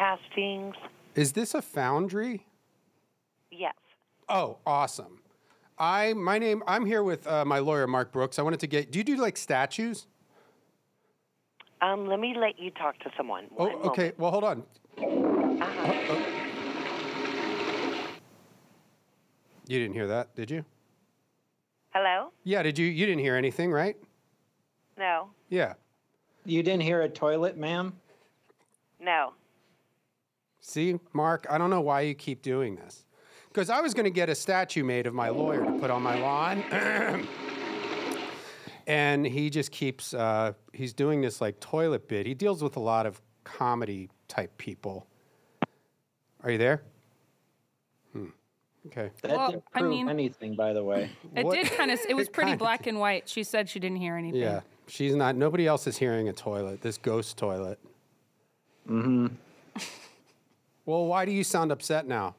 Speaker 8: castings.
Speaker 4: Is this a foundry?
Speaker 8: Yes.
Speaker 4: Oh, awesome! I my name I'm here with uh, my lawyer Mark Brooks. I wanted to get. Do you do like statues?
Speaker 8: Um, let me let you talk to someone.
Speaker 4: Oh, okay. Well, hold on.
Speaker 8: Uh-huh.
Speaker 4: You didn't hear that, did you?
Speaker 8: Hello?
Speaker 4: Yeah, did you? You didn't hear anything, right?
Speaker 8: No.
Speaker 4: Yeah.
Speaker 11: You didn't hear a toilet, ma'am?
Speaker 8: No.
Speaker 4: See, Mark, I don't know why you keep doing this. Because I was going to get a statue made of my lawyer to put on my lawn. and he just keeps, uh, he's doing this like toilet bit. He deals with a lot of comedy type people. Are you there? Hmm. Okay.
Speaker 11: That
Speaker 5: Well,
Speaker 11: didn't
Speaker 5: I
Speaker 11: prove
Speaker 5: mean-
Speaker 11: anything, by the way.
Speaker 5: It
Speaker 4: What-
Speaker 5: did kind of. It was
Speaker 4: It
Speaker 5: pretty
Speaker 4: kinda
Speaker 5: black and white. She said she didn't hear anything.
Speaker 4: Yeah. She's not, nobody else is hearing a toilet, this ghost toilet.
Speaker 11: Mm-hmm.
Speaker 4: Well, why do you sound upset now?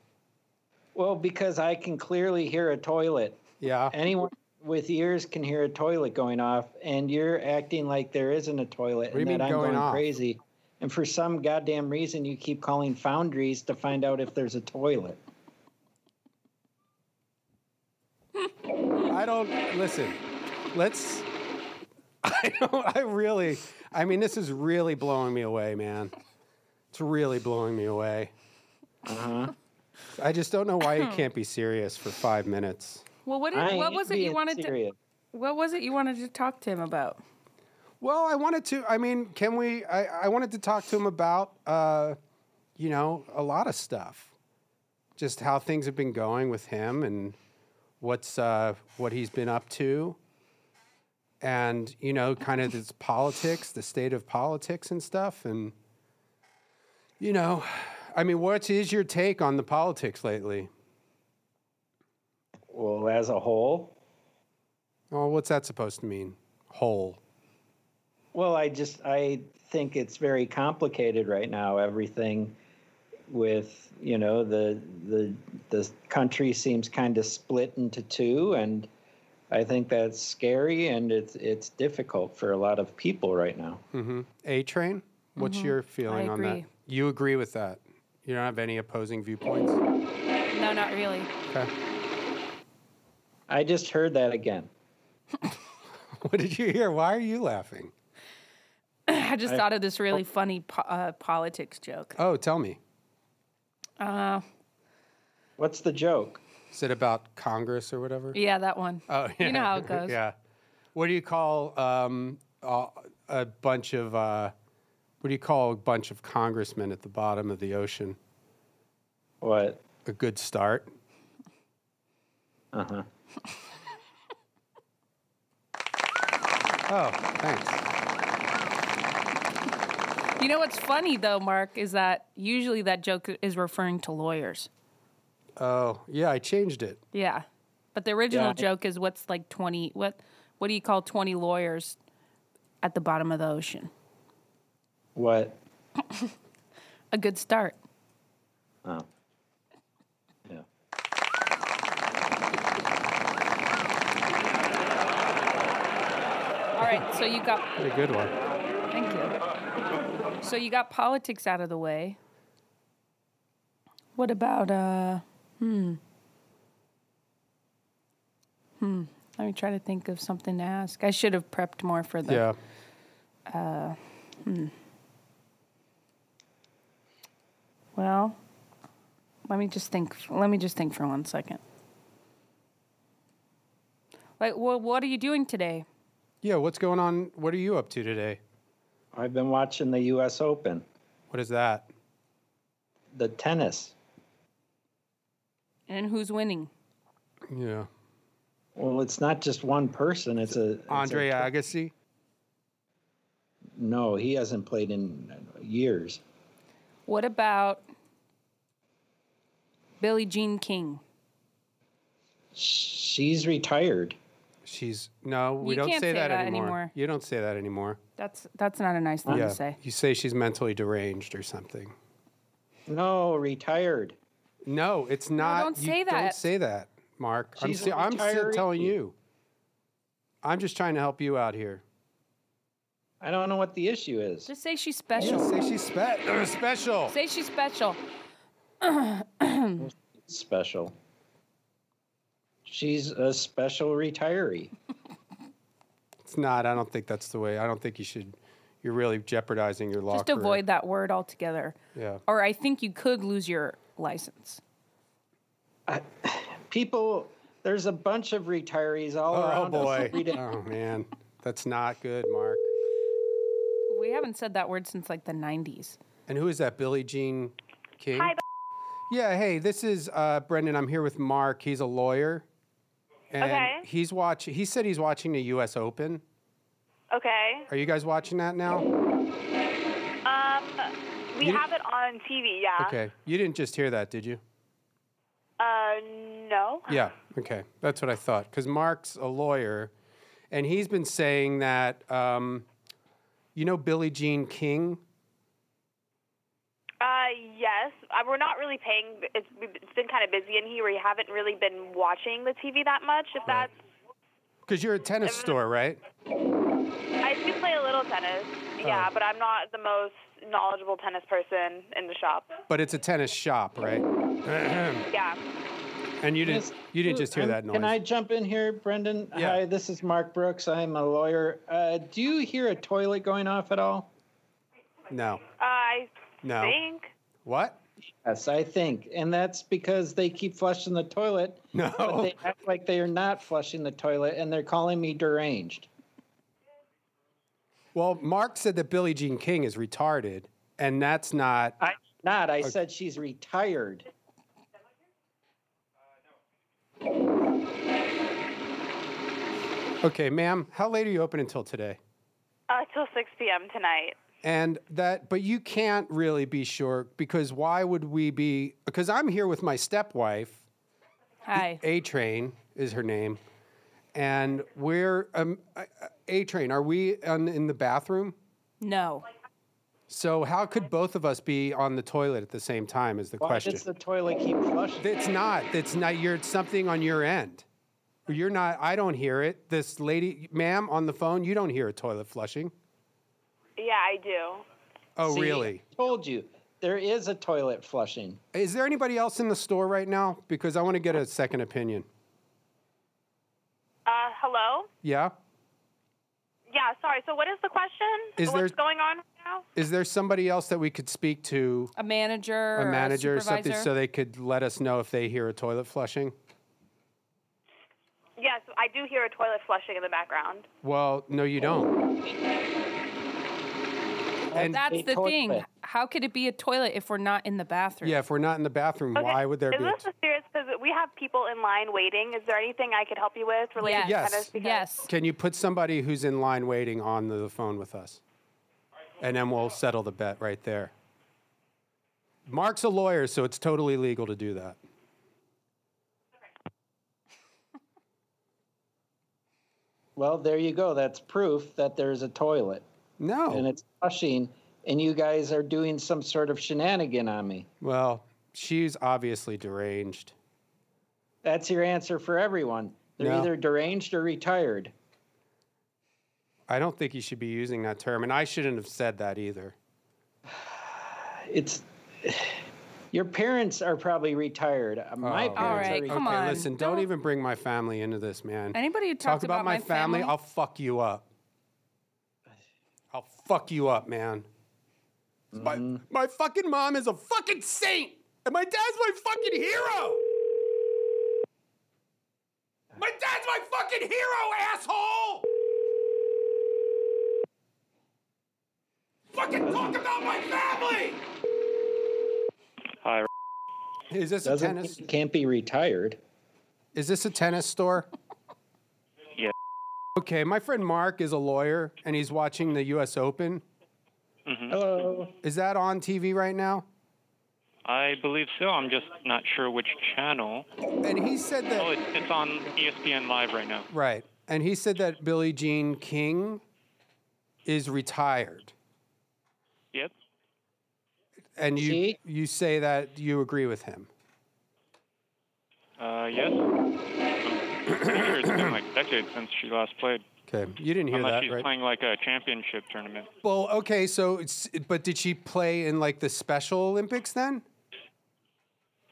Speaker 11: Well, because I can clearly hear a toilet.
Speaker 4: Yeah.
Speaker 11: Anyone with ears can hear a toilet going off, and you're acting like there isn't a
Speaker 4: What
Speaker 11: toilet
Speaker 4: do you
Speaker 11: and
Speaker 4: mean
Speaker 11: that I'm
Speaker 4: going
Speaker 11: going
Speaker 4: off?
Speaker 11: crazy. And for some goddamn reason, you keep calling foundries to find out if there's a toilet.
Speaker 4: I don't listen. Let's. I don't. I really. I mean, this is really blowing me away, man. It's really blowing me away. Uh huh. I just don't know why you can't be serious for five minutes.
Speaker 5: Well, what did, what was it you wanted
Speaker 11: to?
Speaker 5: What was it you wanted to talk to him about?
Speaker 4: Well, I wanted to. I mean, can we? I, I wanted to talk to him about, uh, you know, a lot of stuff, just how things have been going with him and what's uh, what he's been up to, and you know, kind of his politics, the state of politics and stuff, and you know, I mean, what is your take on the politics lately?
Speaker 11: Well, as a whole.
Speaker 4: Oh, what's that supposed to mean? Whole.
Speaker 11: Well, I just I think it's very complicated right now. Everything with you know the the the country seems kind of split into two, and I think that's scary and it's it's difficult for a lot of people right now.
Speaker 4: Mm-hmm. A train. What's
Speaker 5: Mm-hmm.
Speaker 11: Mhm.
Speaker 4: your
Speaker 11: I
Speaker 4: feeling on that?
Speaker 11: agree.
Speaker 4: You agree with that? You don't have any opposing viewpoints.
Speaker 5: No, not really.
Speaker 4: Okay.
Speaker 11: I just heard that again.
Speaker 4: What did you hear? Why are you laughing?
Speaker 5: I just
Speaker 4: I-
Speaker 5: thought of this really funny po- uh, politics joke.
Speaker 4: Oh, tell me.
Speaker 5: Uh,
Speaker 11: What's the joke?
Speaker 4: Is it about Congress or whatever?
Speaker 5: yeah, that one.
Speaker 4: Oh, yeah.
Speaker 5: You know how it goes.
Speaker 4: yeah. What do you call um, a, a bunch of uh, what do you call a bunch of congressmen at the bottom of the ocean?
Speaker 11: What?
Speaker 4: A good start.
Speaker 11: Uh huh.
Speaker 4: Oh, thanks.
Speaker 5: You know what's funny though, Mark, is that usually that joke is referring to lawyers.
Speaker 4: Oh, yeah. I changed it.
Speaker 5: Yeah, but the original
Speaker 4: Yeah.
Speaker 5: joke is what's like twenty. What what do you call twenty lawyers at the bottom of the ocean?
Speaker 11: What?
Speaker 5: A good start.
Speaker 11: Oh. Yeah.
Speaker 5: All right, so you got
Speaker 4: What a good one.
Speaker 5: Thank you. So you got politics out of the way. What about uh hmm. Hmm. Let me try to think of something to ask. I should have prepped more for the
Speaker 4: Yeah.
Speaker 5: uh hmm. Well, let me just think let me just think for one second. Like well, what are you doing today?
Speaker 4: Yeah. What's going on? What are you up to today?
Speaker 11: I've been watching the U.S. Open,
Speaker 4: What is that?
Speaker 11: the tennis.
Speaker 5: And who's winning?
Speaker 4: Yeah.
Speaker 11: Well, it's not just one person. It's a it's a-
Speaker 4: Andre Agassi.
Speaker 11: no, he hasn't played in years.
Speaker 5: What about Billie Jean King?
Speaker 11: She's retired.
Speaker 4: She's no. We
Speaker 5: You
Speaker 4: don't
Speaker 5: can't
Speaker 4: say,
Speaker 5: say
Speaker 4: that,
Speaker 5: that
Speaker 4: anymore.
Speaker 5: anymore.
Speaker 4: You don't say that anymore.
Speaker 5: That's that's not a nice thing
Speaker 4: yeah.
Speaker 5: to say.
Speaker 4: You say she's mentally deranged or something.
Speaker 11: No, retired.
Speaker 4: No, it's not.
Speaker 5: don't
Speaker 4: you
Speaker 5: say
Speaker 4: Don't
Speaker 5: that.
Speaker 4: say that, Mark. I'm,
Speaker 11: She's
Speaker 4: sti-
Speaker 11: a
Speaker 4: I'm still
Speaker 11: retiree.
Speaker 4: telling you. I'm just trying to help you out here.
Speaker 11: I don't know what the issue is.
Speaker 5: Just say she's special.
Speaker 4: Say she's spe- special.
Speaker 5: Say she's special.
Speaker 11: special. She's a special retiree.
Speaker 4: It's not. I don't think that's the way. I don't think you should. You're really jeopardizing your law.
Speaker 5: Just
Speaker 4: career.
Speaker 5: avoid that word altogether.
Speaker 4: Yeah.
Speaker 5: Or I think you could lose your license.
Speaker 11: People, there's a bunch of retirees all
Speaker 4: Oh,
Speaker 11: around us
Speaker 4: boy.
Speaker 11: every day.
Speaker 4: oh man, that's not good, Mark.
Speaker 5: We haven't said that word since like the 90s.
Speaker 4: And who is that? Billie Jean King.
Speaker 5: Hi,
Speaker 4: Yeah. Hey, this is uh, Brendan. I'm here with Mark. He's a lawyer. And
Speaker 8: Okay.
Speaker 4: He's watching. He said he's watching the U.S. Open.
Speaker 8: Okay.
Speaker 4: Are you guys watching that now?
Speaker 8: Um, we
Speaker 4: You-
Speaker 8: have it on TV. Yeah.
Speaker 4: Okay. You didn't just hear that, did you?
Speaker 8: Uh, no.
Speaker 4: Yeah. Okay. That's what I thought. Because Mark's a lawyer, and he's been saying that. Um, you know Billie Jean King.
Speaker 8: Uh, yes. Uh, we're not really paying. It's, it's been kind of busy in here. We haven't really been watching the TV that much. If that's,
Speaker 4: Because you're a tennis store, right?
Speaker 8: I do play a little tennis.
Speaker 11: Oh.
Speaker 8: Yeah, but I'm not the most knowledgeable tennis person in the shop.
Speaker 4: But it's a tennis shop, right?
Speaker 8: Yeah.
Speaker 4: and you didn't. You didn't just hear
Speaker 11: Um,
Speaker 4: that noise.
Speaker 11: Can I jump in here, Brendan?
Speaker 4: Yeah.
Speaker 11: Hi, this is Mark Brooks. I'm a lawyer. Uh, do you hear a toilet going off at all?
Speaker 4: No.
Speaker 8: Uh, I
Speaker 4: No.
Speaker 8: think.
Speaker 4: What?
Speaker 11: Yes, I think. And that's because they keep flushing the toilet.
Speaker 4: No.
Speaker 11: But they act like they are not flushing the toilet and they're calling me deranged.
Speaker 4: Well, Mark said that Billie Jean King is retarded, and that's not.
Speaker 11: I not. I said she's retired.
Speaker 4: Okay, ma'am. How late are you open until today?
Speaker 8: Uh, till 6 p.m. tonight.
Speaker 4: And that, but you can't really be sure because why would we be? Because I'm here with my stepwife.
Speaker 5: Hi.
Speaker 4: A Train is her name, and we're um, A Train. Are we on, in the bathroom?
Speaker 5: No.
Speaker 4: So how could both of us be on the toilet at the same time? Is the
Speaker 11: Why
Speaker 4: question?
Speaker 11: does the toilet keep flushing?
Speaker 4: It's not. It's not. You're it's something on your end. You're not. I don't hear it. This lady, ma'am, on the phone, you don't hear a toilet flushing.
Speaker 8: Yeah, I do.
Speaker 4: Oh,
Speaker 11: See,
Speaker 4: really?
Speaker 11: I told you. There is a toilet flushing.
Speaker 4: Is there anybody else in the store right now? Because I want to get a second opinion.
Speaker 8: Uh, hello?
Speaker 4: Yeah.
Speaker 8: Yeah, sorry. So, what is the question?
Speaker 4: Is
Speaker 8: What's
Speaker 4: there-
Speaker 8: going on right now?
Speaker 4: Is there somebody else that we could speak to,
Speaker 5: A manager or
Speaker 4: a manager or something,
Speaker 5: supervisor?
Speaker 4: so they could let us know if they hear a toilet flushing?
Speaker 8: Yes, I do hear a toilet flushing in the background.
Speaker 4: Well, no, you don't. And
Speaker 5: That's the thing. How could it be a toilet if we're not in the bathroom?
Speaker 4: yeah, if we're not in the bathroom, why would there
Speaker 8: is
Speaker 4: be? a
Speaker 8: this a serious? Because we have people in line waiting. Is there anything I could help you with related
Speaker 4: Yes.
Speaker 8: to tennis? Because
Speaker 5: Yes.
Speaker 4: Can you put somebody who's in line waiting on the phone with us? And then we'll settle the bet right there. Mark's a lawyer, so it's totally legal to do that.
Speaker 11: Well, there you go. That's proof that there's a toilet
Speaker 4: No.
Speaker 11: and it's flushing, and you guys are doing some sort of shenanigan on me.
Speaker 4: well, she's obviously deranged.
Speaker 11: That's your answer for everyone. They're
Speaker 4: No.
Speaker 11: either deranged or retired.
Speaker 4: I don't think you should be using that term, and I shouldn't have said that either.
Speaker 11: It's your parents are probably retired. Um, My
Speaker 4: Oh,
Speaker 11: parents
Speaker 5: All
Speaker 11: are
Speaker 5: right,
Speaker 11: retired.
Speaker 5: come
Speaker 4: okay,
Speaker 5: on.
Speaker 4: listen, don't, even bring my family into this, man.
Speaker 5: Anybody who
Speaker 4: Talk
Speaker 5: talks about my family-
Speaker 4: I'll fuck you up. I'll fuck you up, man. My, my fucking mom is a fucking saint, and my dad's my fucking hero. My dad's my fucking hero, asshole. Fucking talk about my family.
Speaker 9: Hi.
Speaker 4: Is this a
Speaker 11: Doesn't
Speaker 4: tennis?
Speaker 11: mean you can't be retired.
Speaker 4: Is this a tennis store?
Speaker 9: Yeah.
Speaker 4: Okay, my friend Mark is a lawyer and he's watching the U.S. Open.
Speaker 11: Hello.
Speaker 4: Is that on TV right now?
Speaker 9: I believe so. I'm just not sure which channel.
Speaker 4: And he said that.
Speaker 9: Oh, it's, it's on ESPN Live right now.
Speaker 4: Right. And he said that Billie Jean King is retired.
Speaker 9: Yep.
Speaker 4: And you you say that you agree with him.
Speaker 9: Uh, yes. I'm pretty sure it's been like a decade since she last played.
Speaker 4: Okay. You didn't hear
Speaker 9: Unless
Speaker 4: that,
Speaker 9: she's
Speaker 4: right?
Speaker 9: playing like a championship tournament.
Speaker 4: Well, okay, so it's, but did she play in like the Special Olympics then?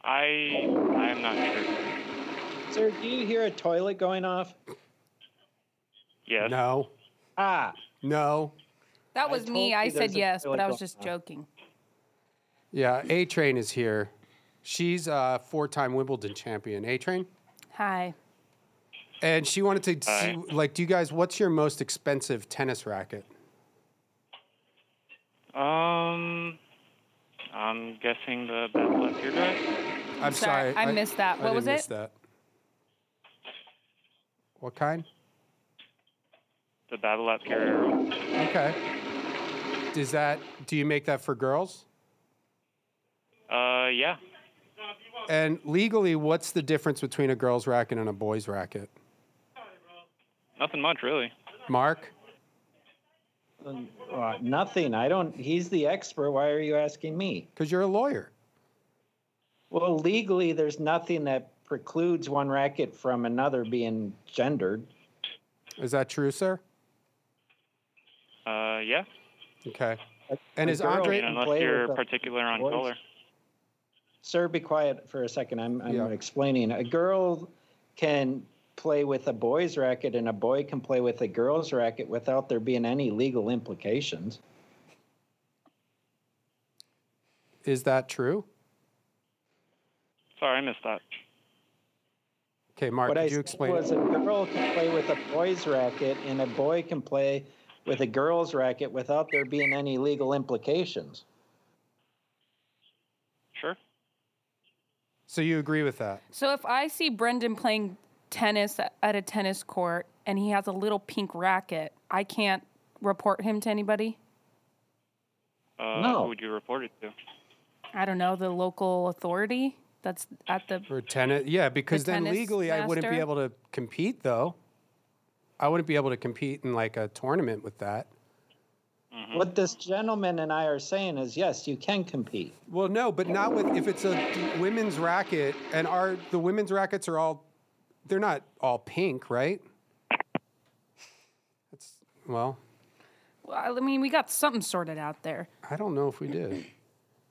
Speaker 9: I I'm not sure.
Speaker 11: Sir, do you hear a toilet going off?
Speaker 9: Yes.
Speaker 4: No.
Speaker 11: Ah.
Speaker 4: No.
Speaker 5: That was me. I
Speaker 11: you
Speaker 5: said
Speaker 11: there's a
Speaker 5: yes, but I
Speaker 4: toilet
Speaker 5: was just joking.
Speaker 4: Yeah, A Train is here. She's a four-time Wimbledon champion. A Train,
Speaker 5: Hi.
Speaker 4: and she wanted to
Speaker 9: Hi.
Speaker 4: see, like, do you guys? What's your most expensive tennis racket?
Speaker 9: Um, I'm guessing the battle at Teardrive.
Speaker 4: I'm sorry,
Speaker 5: I missed that.
Speaker 4: I
Speaker 5: What was
Speaker 4: didn't miss
Speaker 5: it?
Speaker 4: that. What kind?
Speaker 9: The battle at Pure Arrow.
Speaker 4: Okay. Does that? Do you make that for girls?
Speaker 9: Uh, yeah.
Speaker 4: And legally, what's the difference between a girl's racket and a boy's racket?
Speaker 9: Nothing much really.
Speaker 4: Mark,
Speaker 11: Uh, nothing. I don't. He's the expert. Why are you asking me?
Speaker 4: because you're a lawyer.
Speaker 11: Well, legally, there's nothing that precludes one racket from another being gendered.
Speaker 4: Is that true, sir?
Speaker 9: Uh, yeah.
Speaker 4: Okay. And
Speaker 11: a
Speaker 4: is
Speaker 11: girl
Speaker 4: Andre?
Speaker 11: can
Speaker 9: Unless
Speaker 11: play
Speaker 9: you're
Speaker 11: with a
Speaker 9: particular on
Speaker 11: voice.
Speaker 9: color.
Speaker 11: Sir, be quiet for a second. I'm, I'm
Speaker 4: Yeah.
Speaker 11: explaining. A girl can play with a boy's racket, and a boy can play with a girl's racket without there being any legal implications.
Speaker 4: Is that true?
Speaker 9: Sorry, I missed that.
Speaker 4: Okay, Mark,
Speaker 11: what
Speaker 4: could
Speaker 11: I
Speaker 4: you
Speaker 11: said
Speaker 4: explain?
Speaker 11: was a girl can play with a boy's racket, and a boy can play with a girl's racket without there being any legal implications.
Speaker 9: Sure.
Speaker 4: So you agree with that?
Speaker 5: So if I see Brendan playing tennis at a tennis court and he has a little pink racket, I can't report him to anybody.
Speaker 9: Uh,
Speaker 11: No.
Speaker 9: Who would you report it to?
Speaker 5: I don't know the local authority that's at the.
Speaker 4: For tennis, yeah, because then
Speaker 5: tennis
Speaker 4: legally I wouldn't be
Speaker 5: master?
Speaker 4: able to compete though. I wouldn't be able to compete in like a tournament with that.
Speaker 11: What this gentleman and I are saying is yes, you can compete.
Speaker 4: Well, no, but not with if it's a women's racket and are the women's rackets are all they're not all pink, right? That's well,
Speaker 5: Well, I mean, we got something sorted out there.
Speaker 4: I don't know if we did.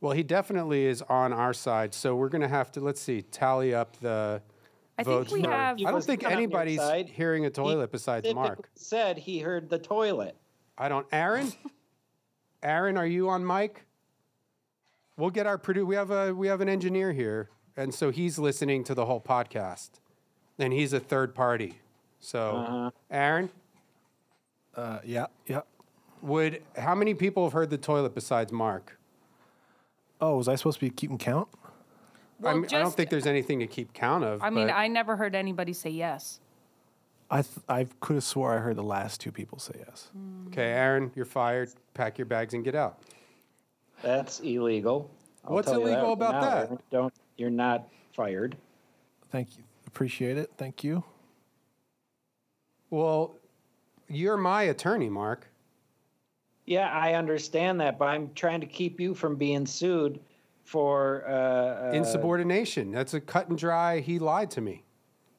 Speaker 4: Well, he definitely is on our side, so we're gonna have to let's see tally up the
Speaker 5: I think
Speaker 4: votes.
Speaker 5: we
Speaker 4: for-
Speaker 5: have-
Speaker 4: I
Speaker 11: He
Speaker 4: don't
Speaker 11: was
Speaker 4: think
Speaker 11: not on your
Speaker 4: anybody's
Speaker 11: side.
Speaker 4: hearing a toilet besides Mark.
Speaker 11: Specifically Said he heard the toilet.
Speaker 4: I don't. Aaron, Aaron, are you on mic? We'll get our produ. We have a we have an engineer here, and so he's listening to the whole podcast, and he's a third party. So,
Speaker 5: Uh-huh.
Speaker 4: Aaron,
Speaker 6: Uh, yeah, yeah.
Speaker 4: would how many people have heard the toilet besides Mark?
Speaker 6: Oh, was I supposed to be keeping count?
Speaker 5: Well,
Speaker 4: I, mean, I don't
Speaker 5: just-
Speaker 4: think there's anything to keep count of.
Speaker 5: I mean,
Speaker 4: but-
Speaker 5: I never heard anybody say yes.
Speaker 6: I th- I could have swore I heard the last two people say yes.
Speaker 5: Mm.
Speaker 4: okay, Aaron, you're fired. Pack your bags and get out.
Speaker 11: That's illegal. I'll
Speaker 4: What's
Speaker 11: tell you
Speaker 4: illegal about
Speaker 11: now,
Speaker 4: that?
Speaker 11: Aaron. Don't you're not fired.
Speaker 6: Thank you. Appreciate it. Thank you.
Speaker 4: Well, you're my attorney, Mark.
Speaker 11: Yeah, I understand that, but I'm trying to keep you from being sued for uh, uh,
Speaker 4: Insubordination. That's a cut and dry. He lied to me.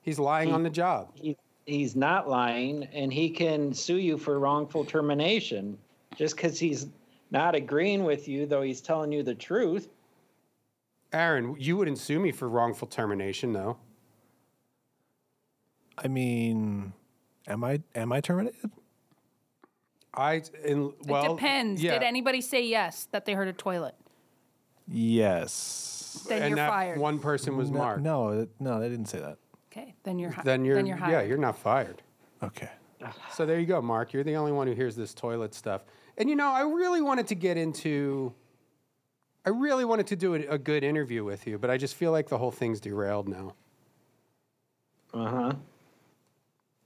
Speaker 4: He's lying on the job.
Speaker 11: he, he's not lying and he can sue you for wrongful termination just because he's not agreeing with you though he's telling you the truth
Speaker 4: Aaron, you wouldn't sue me for wrongful termination, though.
Speaker 6: I mean, am I am I terminated?
Speaker 4: I in, well
Speaker 5: it depends.
Speaker 4: yeah,
Speaker 5: Did anybody say yes that they heard a toilet?
Speaker 6: Yes.
Speaker 5: Then
Speaker 4: and
Speaker 5: you're
Speaker 4: that
Speaker 5: fired.
Speaker 4: One person was
Speaker 6: no,
Speaker 4: Mark.
Speaker 6: No, it- no, they didn't say that.
Speaker 5: Okay, then you're hi-
Speaker 4: Then you're,
Speaker 5: you're
Speaker 4: yeah,
Speaker 5: hired.
Speaker 4: you're not fired.
Speaker 6: Okay.
Speaker 4: So there you go, Mark. You're the only one who hears this toilet stuff. And you know, I really wanted to get into. I really wanted to do a, a good interview with you, but I just feel like the whole thing's derailed now.
Speaker 11: Uh huh.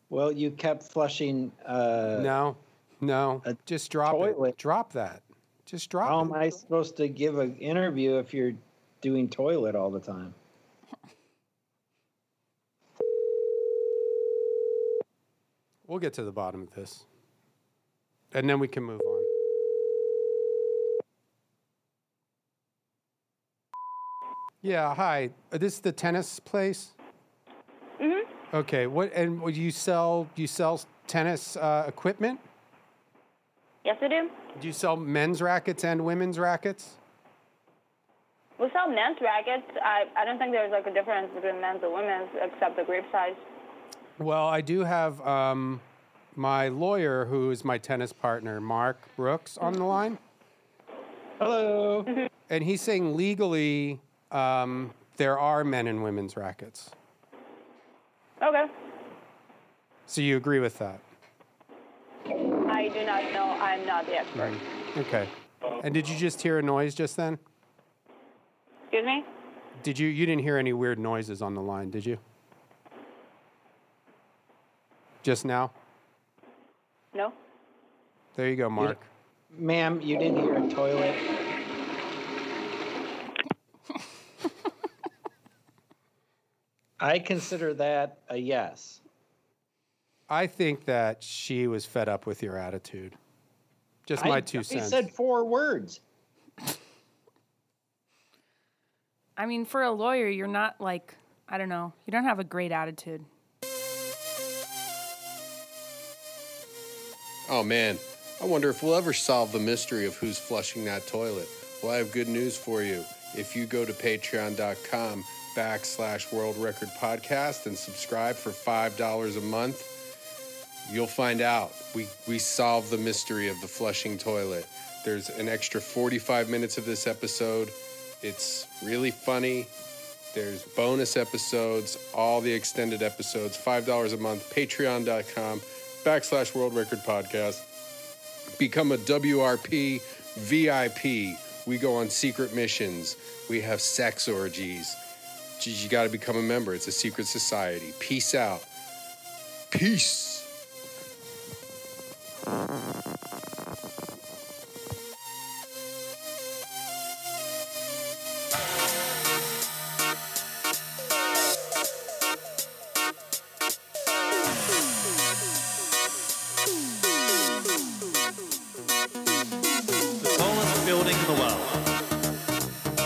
Speaker 11: Well, you kept flushing. Uh,
Speaker 4: no, no. Just drop it. Drop that. Just drop
Speaker 11: How
Speaker 4: it.
Speaker 11: am I supposed to give an interview if you're doing toilet all the time?
Speaker 4: We'll get to the bottom of this. And then we can move on. Yeah, hi. Uh, This is the tennis place? Mm-hmm. Okay, what and would you sell you sell tennis uh, equipment?
Speaker 8: Yes, we do.
Speaker 4: Do you sell men's rackets and women's rackets?
Speaker 8: We sell men's rackets. I, I don't think there's like a difference between men's and women's except the grip size.
Speaker 4: Well, I do have um, my lawyer, who is my tennis partner, Mark Brooks, on the line.
Speaker 11: Hello.
Speaker 4: And he's saying legally um, there are men and women's rackets.
Speaker 8: Okay.
Speaker 4: So you agree with that?
Speaker 8: I do not know. I'm not the expert.
Speaker 4: Okay. And did you just hear a noise just then?
Speaker 8: Excuse me?
Speaker 4: Did you? You didn't hear any weird noises on the line, did you? Just now.
Speaker 8: No.
Speaker 4: There you go, Mark.
Speaker 11: Ma'am, you didn't hear a toilet. I consider that a yes.
Speaker 4: I think that she was fed up with your attitude. Just my
Speaker 11: I-
Speaker 4: two
Speaker 11: I
Speaker 4: cents.
Speaker 11: said four words.
Speaker 5: I mean, for a lawyer, you're not like, I don't know, you don't have a great attitude.
Speaker 12: Oh man, I wonder if we'll ever solve the mystery of who's flushing that toilet. Well, I have good news for you. If you go to patreon.com backslash world record podcast and subscribe for $5 a month, you'll find out. We, we solve the mystery of the flushing toilet. There's an extra 45 minutes of this episode. It's really funny. There's bonus episodes, all the extended episodes, $5 a month, patreon.com backslash world record podcast. Become a WRP VIP. We go on secret missions. We have sex orgies. Geez, You got to become a member. It's a secret society. Peace out. Peace.
Speaker 13: The tallest building in the world.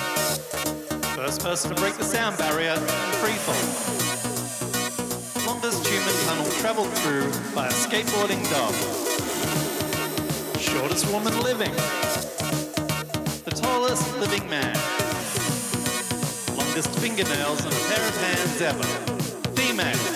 Speaker 13: First person to break the sound barrier in freefall. Longest human tunnel traveled through by a skateboarding dog. Shortest woman living. The tallest living man. Longest fingernails on a pair of hands ever. Female.